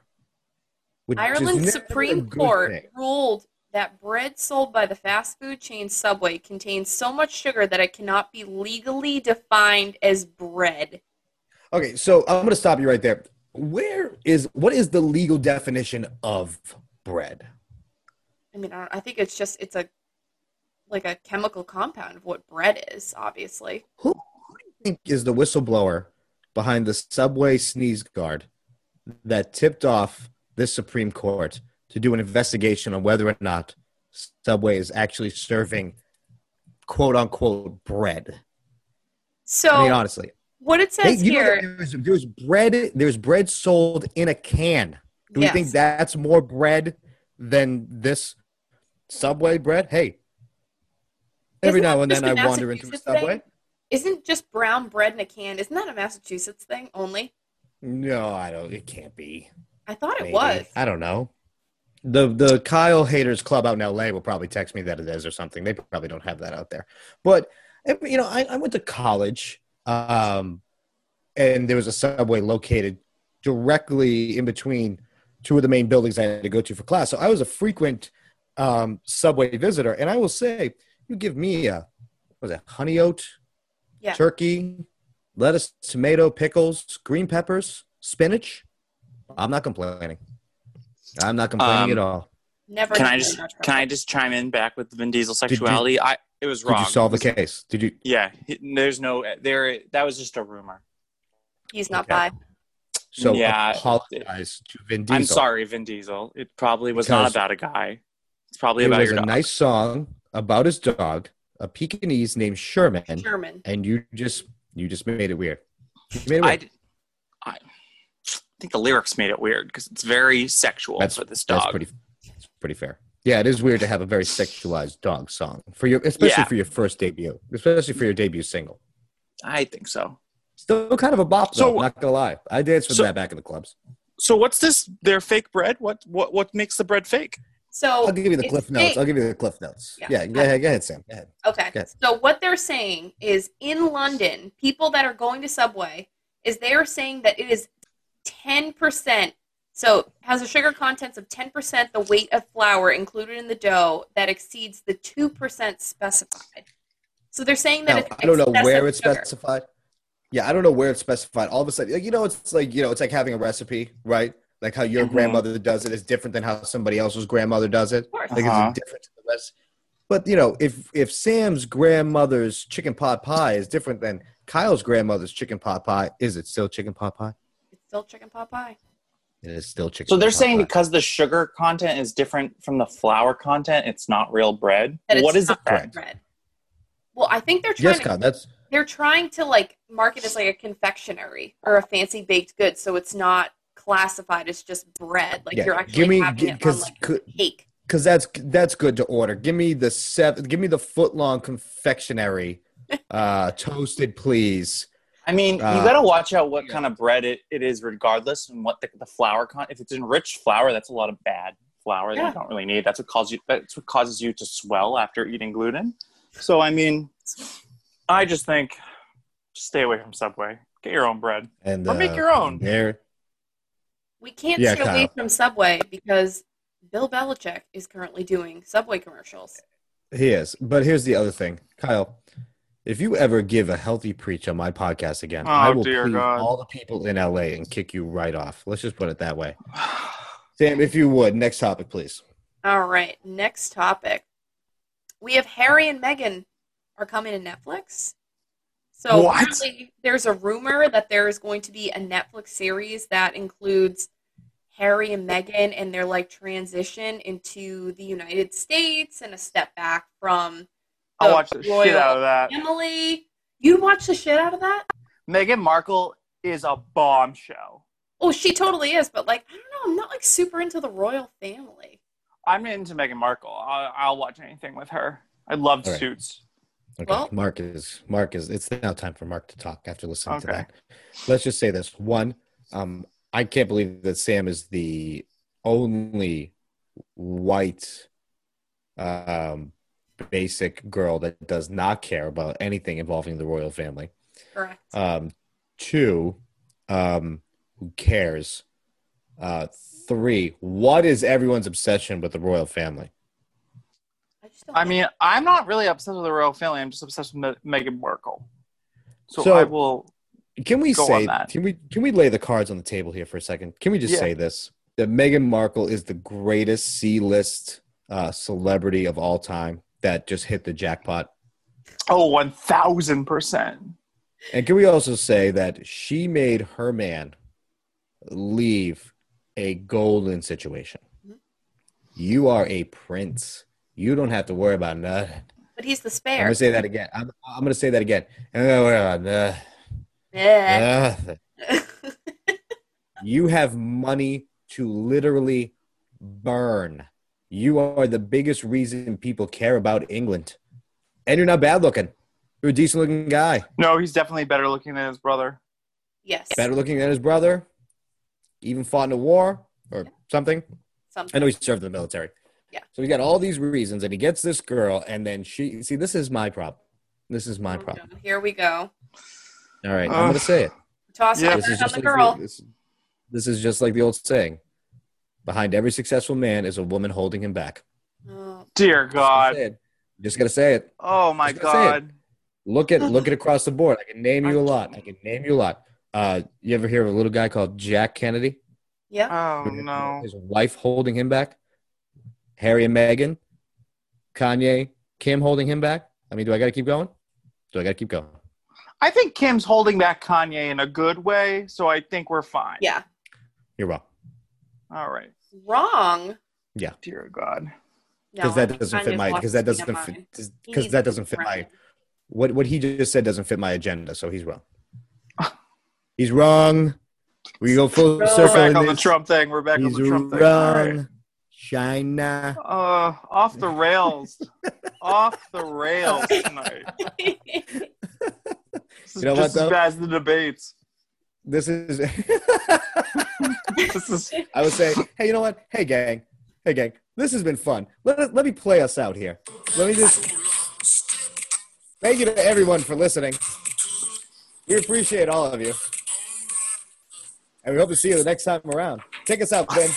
Speaker 1: which is
Speaker 3: Ireland's
Speaker 1: never a
Speaker 3: Supreme
Speaker 1: good
Speaker 3: Court
Speaker 1: thing.
Speaker 3: ruled that bread sold by the fast food chain Subway contains so much sugar that it cannot be legally defined as bread.
Speaker 1: Okay, so I'm going to stop you right there. Where is what is the legal definition of bread?
Speaker 3: I mean, I, don't, I think it's just it's a like a chemical compound of what bread is, obviously.
Speaker 1: Who, who do you think is the whistleblower behind the subway sneeze guard that tipped off this Supreme Court to do an investigation on whether or not Subway is actually serving quote unquote bread?
Speaker 3: So
Speaker 1: I mean, honestly,
Speaker 3: what it
Speaker 1: Hey,
Speaker 3: says
Speaker 1: you know
Speaker 3: here,
Speaker 1: that there's, there's bread. There's bread sold in a can. Do
Speaker 3: yes,
Speaker 1: we think that's more bread than this Subway bread? Hey, every
Speaker 3: Isn't
Speaker 1: now
Speaker 3: that
Speaker 1: and then
Speaker 3: just
Speaker 1: I
Speaker 3: a
Speaker 1: wander into a
Speaker 3: Massachusetts
Speaker 1: Subway.
Speaker 3: thing? isn't just brown bread in a can? Isn't that a Massachusetts thing only?
Speaker 1: No, I don't. It can't be.
Speaker 3: I thought it
Speaker 1: Maybe.
Speaker 3: was.
Speaker 1: I don't know. The the Kyle Haters Club out in LA will probably text me that it is or something. They probably don't have that out there. But eh, you know, I, I went to college, um, and there was a subway located directly in between two of the main buildings I had to go to for class. So I was a frequent um, subway visitor, and I will say, you give me a what was it honey oat,
Speaker 3: Yeah.
Speaker 1: turkey, lettuce, tomato, pickles, green peppers, spinach. I'm not complaining. I'm not complaining
Speaker 4: Um,
Speaker 1: at all.
Speaker 3: Never.
Speaker 4: Can I
Speaker 3: did
Speaker 4: just
Speaker 3: that.
Speaker 4: can I just chime in back with the Vin Diesel
Speaker 1: you-
Speaker 4: sexuality? I it was wrong.
Speaker 1: Did you solve the case? Did you?
Speaker 4: Yeah, he- there's no there. That was just a rumor.
Speaker 3: He's not
Speaker 1: Okay.
Speaker 3: by.
Speaker 1: So
Speaker 4: Yeah.
Speaker 1: apologize to Vin Diesel.
Speaker 4: I'm sorry, Vin Diesel. It probably was not
Speaker 1: Because-
Speaker 4: about a guy. It's probably
Speaker 1: It
Speaker 4: about
Speaker 1: was
Speaker 4: your
Speaker 1: a
Speaker 4: dog.
Speaker 1: nice song about his dog, a Pekingese named Sherman,
Speaker 3: German.
Speaker 1: and you just you just made it weird. You made it
Speaker 4: I,
Speaker 1: weird.
Speaker 4: d- I think the lyrics made it weird because it's very sexual
Speaker 1: That's-
Speaker 4: for this
Speaker 1: That's
Speaker 4: dog.
Speaker 1: pretty. That's pretty fair. Yeah, it is weird to have a very sexualized dog song for your, especially
Speaker 4: Yeah.
Speaker 1: for your first debut, especially for your debut single.
Speaker 4: I think so.
Speaker 1: Still kind of a bop, though.
Speaker 4: So-
Speaker 1: I'm not gonna lie, I danced with
Speaker 4: So-
Speaker 1: that back in the clubs.
Speaker 4: So what's this? Their fake bread? What what what makes the bread fake?
Speaker 3: So
Speaker 4: Oh,
Speaker 1: I'll give you the
Speaker 3: it's
Speaker 1: cliff
Speaker 3: fake.
Speaker 1: notes. I'll give you the cliff notes.
Speaker 3: Yeah.
Speaker 1: Yeah, go ahead, go ahead, Sam. Go ahead.
Speaker 3: Okay.
Speaker 1: Okay.
Speaker 3: So what they're saying is in London, people that are going to Subway is they are saying that it is 10%. So has a sugar contents of 10% the weight of flour included in the dough that exceeds the 2% specified. So they're saying that
Speaker 1: Now,
Speaker 3: it's
Speaker 1: I don't know where
Speaker 3: excessive
Speaker 1: it's
Speaker 3: sugar.
Speaker 1: specified. Yeah, I don't know where it's specified. All of a sudden, like, you know, it's like you know, it's like having a recipe, right? Like how your
Speaker 4: Mhm.
Speaker 1: grandmother does it is different than how somebody else's grandmother does it.
Speaker 3: Mm-hmm. Of course.
Speaker 1: Like
Speaker 4: Uh-huh.
Speaker 1: it's different to the rest. But you know, if if Sam's grandmother's chicken pot pie is different than Kyle's grandmother's chicken pot pie, is it still chicken pot pie?
Speaker 3: It's still chicken pot pie.
Speaker 1: It is still chicken.
Speaker 4: So they're
Speaker 1: pot
Speaker 4: saying
Speaker 1: pie.
Speaker 4: because the sugar content is different from the flour content, it's not real bread.
Speaker 3: That
Speaker 4: what
Speaker 3: it's
Speaker 4: is
Speaker 3: not
Speaker 4: it then?
Speaker 3: bread. Well, I think they're trying
Speaker 1: yes,
Speaker 3: to
Speaker 1: Kyle, that's
Speaker 3: they're trying to like market as like a confectionery or a fancy baked good, so it's not classified as just bread. Like
Speaker 1: Yeah,
Speaker 3: you're actually
Speaker 1: give me-
Speaker 3: having it on
Speaker 1: because
Speaker 3: like
Speaker 1: could-
Speaker 3: cake.
Speaker 1: because that's that's good to order. Give me the seven. Give me the foot long confectionery, uh, toasted, please.
Speaker 4: I mean, you
Speaker 1: Uh,
Speaker 4: got to watch out what
Speaker 1: yeah.
Speaker 4: kind of bread it, it is, regardless, and what the, the flour con. If it's enriched flour, that's a lot of bad flour that
Speaker 3: Yeah.
Speaker 4: you don't really need. That's what causes you. That's what causes you to swell after eating gluten. So, I mean, I just think stay away from Subway. Get your own bread.
Speaker 1: And uh,
Speaker 4: Or make your own.
Speaker 1: There,
Speaker 3: We can't
Speaker 1: Yeah,
Speaker 3: stay away
Speaker 1: Kyle.
Speaker 3: from Subway because Bill Belichick is currently doing Subway commercials.
Speaker 1: he is. But here's the other thing, Kyle. If you ever give a healthy preach on my podcast again,
Speaker 4: Oh,
Speaker 1: I will
Speaker 4: dear
Speaker 1: please
Speaker 4: God.
Speaker 1: all the people in LA and kick you right off. Let's just put it that way. Sam, if you would, next topic, please.
Speaker 3: All right, next topic. We have Harry and Meghan are coming to Netflix. So
Speaker 4: What?
Speaker 3: apparently there's a rumor that there is going to be a Netflix series that includes Harry and Meghan and their like transition into the United States and a step back from
Speaker 4: I'll watch the shit
Speaker 3: royal
Speaker 4: out of that.
Speaker 3: family. You watch the shit out of that?
Speaker 4: Meghan Markle is a bombshell.
Speaker 3: Oh, she totally is, but like I don't know, I'm not like super into the royal family.
Speaker 4: I'm into Meghan Markle. I'll, I'll watch anything with her. I love
Speaker 1: All right.
Speaker 4: Suits.
Speaker 1: Okay.
Speaker 3: Well-
Speaker 1: Mark is Mark is it's now time for Mark to talk after listening to
Speaker 4: Okay.
Speaker 1: that. Let's just say this. One, um, I can't believe that Sam is the only white um basic girl that does not care about anything involving the royal family.
Speaker 3: Correct.
Speaker 1: Um two, um, who cares? Uh three, what is everyone's obsession with the royal family?
Speaker 3: I just don't
Speaker 4: I
Speaker 3: know.
Speaker 4: mean, I'm not really obsessed with the royal family. I'm just obsessed with Me- Meghan Markle. So,
Speaker 1: So-
Speaker 4: I will.
Speaker 1: Can we
Speaker 4: Go on
Speaker 1: say
Speaker 4: that.
Speaker 1: can we can we lay the cards on the table here for a second? Can we just
Speaker 4: Yeah.
Speaker 1: say this that Meghan Markle is the greatest C-list uh, celebrity of all time that just hit the jackpot?
Speaker 4: Oh, one thousand percent.
Speaker 1: And can we also say that she made her man leave a golden situation?
Speaker 3: Mhm.
Speaker 1: You are a prince. You don't have to worry about nothing.
Speaker 3: but he's
Speaker 1: I'm
Speaker 3: the spare.
Speaker 1: gonna say that again. I'm, I'm gonna say that again. I'm not worry about nothing.
Speaker 3: Eh.
Speaker 1: nothing. You have money to literally burn. You are the biggest reason people care about England. And you're not bad looking. You're a decent looking guy.
Speaker 4: No, he's definitely better looking than his brother.
Speaker 3: yes.
Speaker 1: Better looking than his brother. Even fought in a war or something. I
Speaker 3: Something.
Speaker 1: know he served in the military.
Speaker 3: Yeah.
Speaker 1: So he's got all these reasons and he gets this girl and then she see this is my problem. This is my
Speaker 3: Oh,
Speaker 1: problem.
Speaker 3: no. Here we go.
Speaker 1: All right.
Speaker 4: Ugh.
Speaker 1: I'm gonna say it.
Speaker 3: Toss
Speaker 4: Yeah.
Speaker 3: it
Speaker 1: This is
Speaker 3: back on
Speaker 1: just
Speaker 3: the
Speaker 1: like
Speaker 3: girl.
Speaker 1: The, this, this is just like the old saying. Behind every successful man is a woman holding him back.
Speaker 3: Oh,
Speaker 2: Dear
Speaker 1: Just gotta
Speaker 2: God.
Speaker 1: say it. Just gotta say it.
Speaker 2: Oh my
Speaker 1: Just gotta say
Speaker 2: God.
Speaker 1: Look at look at across the board. I can name you a lot. I can name you a lot. Uh, you ever hear of a little guy called Jack Kennedy?
Speaker 3: yeah.
Speaker 2: Oh no.
Speaker 1: His wife holding him back. Harry and Meghan. Kanye. Kim holding him back. I mean, do I gotta keep going? Do I gotta keep going?
Speaker 2: I think Kim's holding back Kanye in a good way, so I think we're fine.
Speaker 3: Yeah.
Speaker 1: You're wrong.
Speaker 2: All right.
Speaker 3: Wrong.
Speaker 2: Dear God.
Speaker 1: Because that doesn't fit my because that doesn't fit because that doesn't fit my what what he just said doesn't fit my agenda, so he's wrong. he's wrong. We go full
Speaker 3: Wrong.
Speaker 2: We're
Speaker 1: circle.
Speaker 2: back
Speaker 1: in
Speaker 2: on the
Speaker 1: this.
Speaker 2: Trump thing. We're back
Speaker 1: He's
Speaker 2: on the Trump
Speaker 1: wrong.
Speaker 2: thing. All right.
Speaker 1: China.
Speaker 2: Uh, off the rails. off the rails tonight. This is
Speaker 1: You know
Speaker 2: just
Speaker 1: what,
Speaker 2: as
Speaker 1: though?
Speaker 2: bad as the debates.
Speaker 1: This is.
Speaker 2: This is
Speaker 1: I would say, hey, you know what? Hey, gang. Hey, gang. This has been fun. Let let me play us out here. Let me just. Thank you to everyone for listening. We appreciate all of you, and we hope to see you the next time around. Take us out, Ben.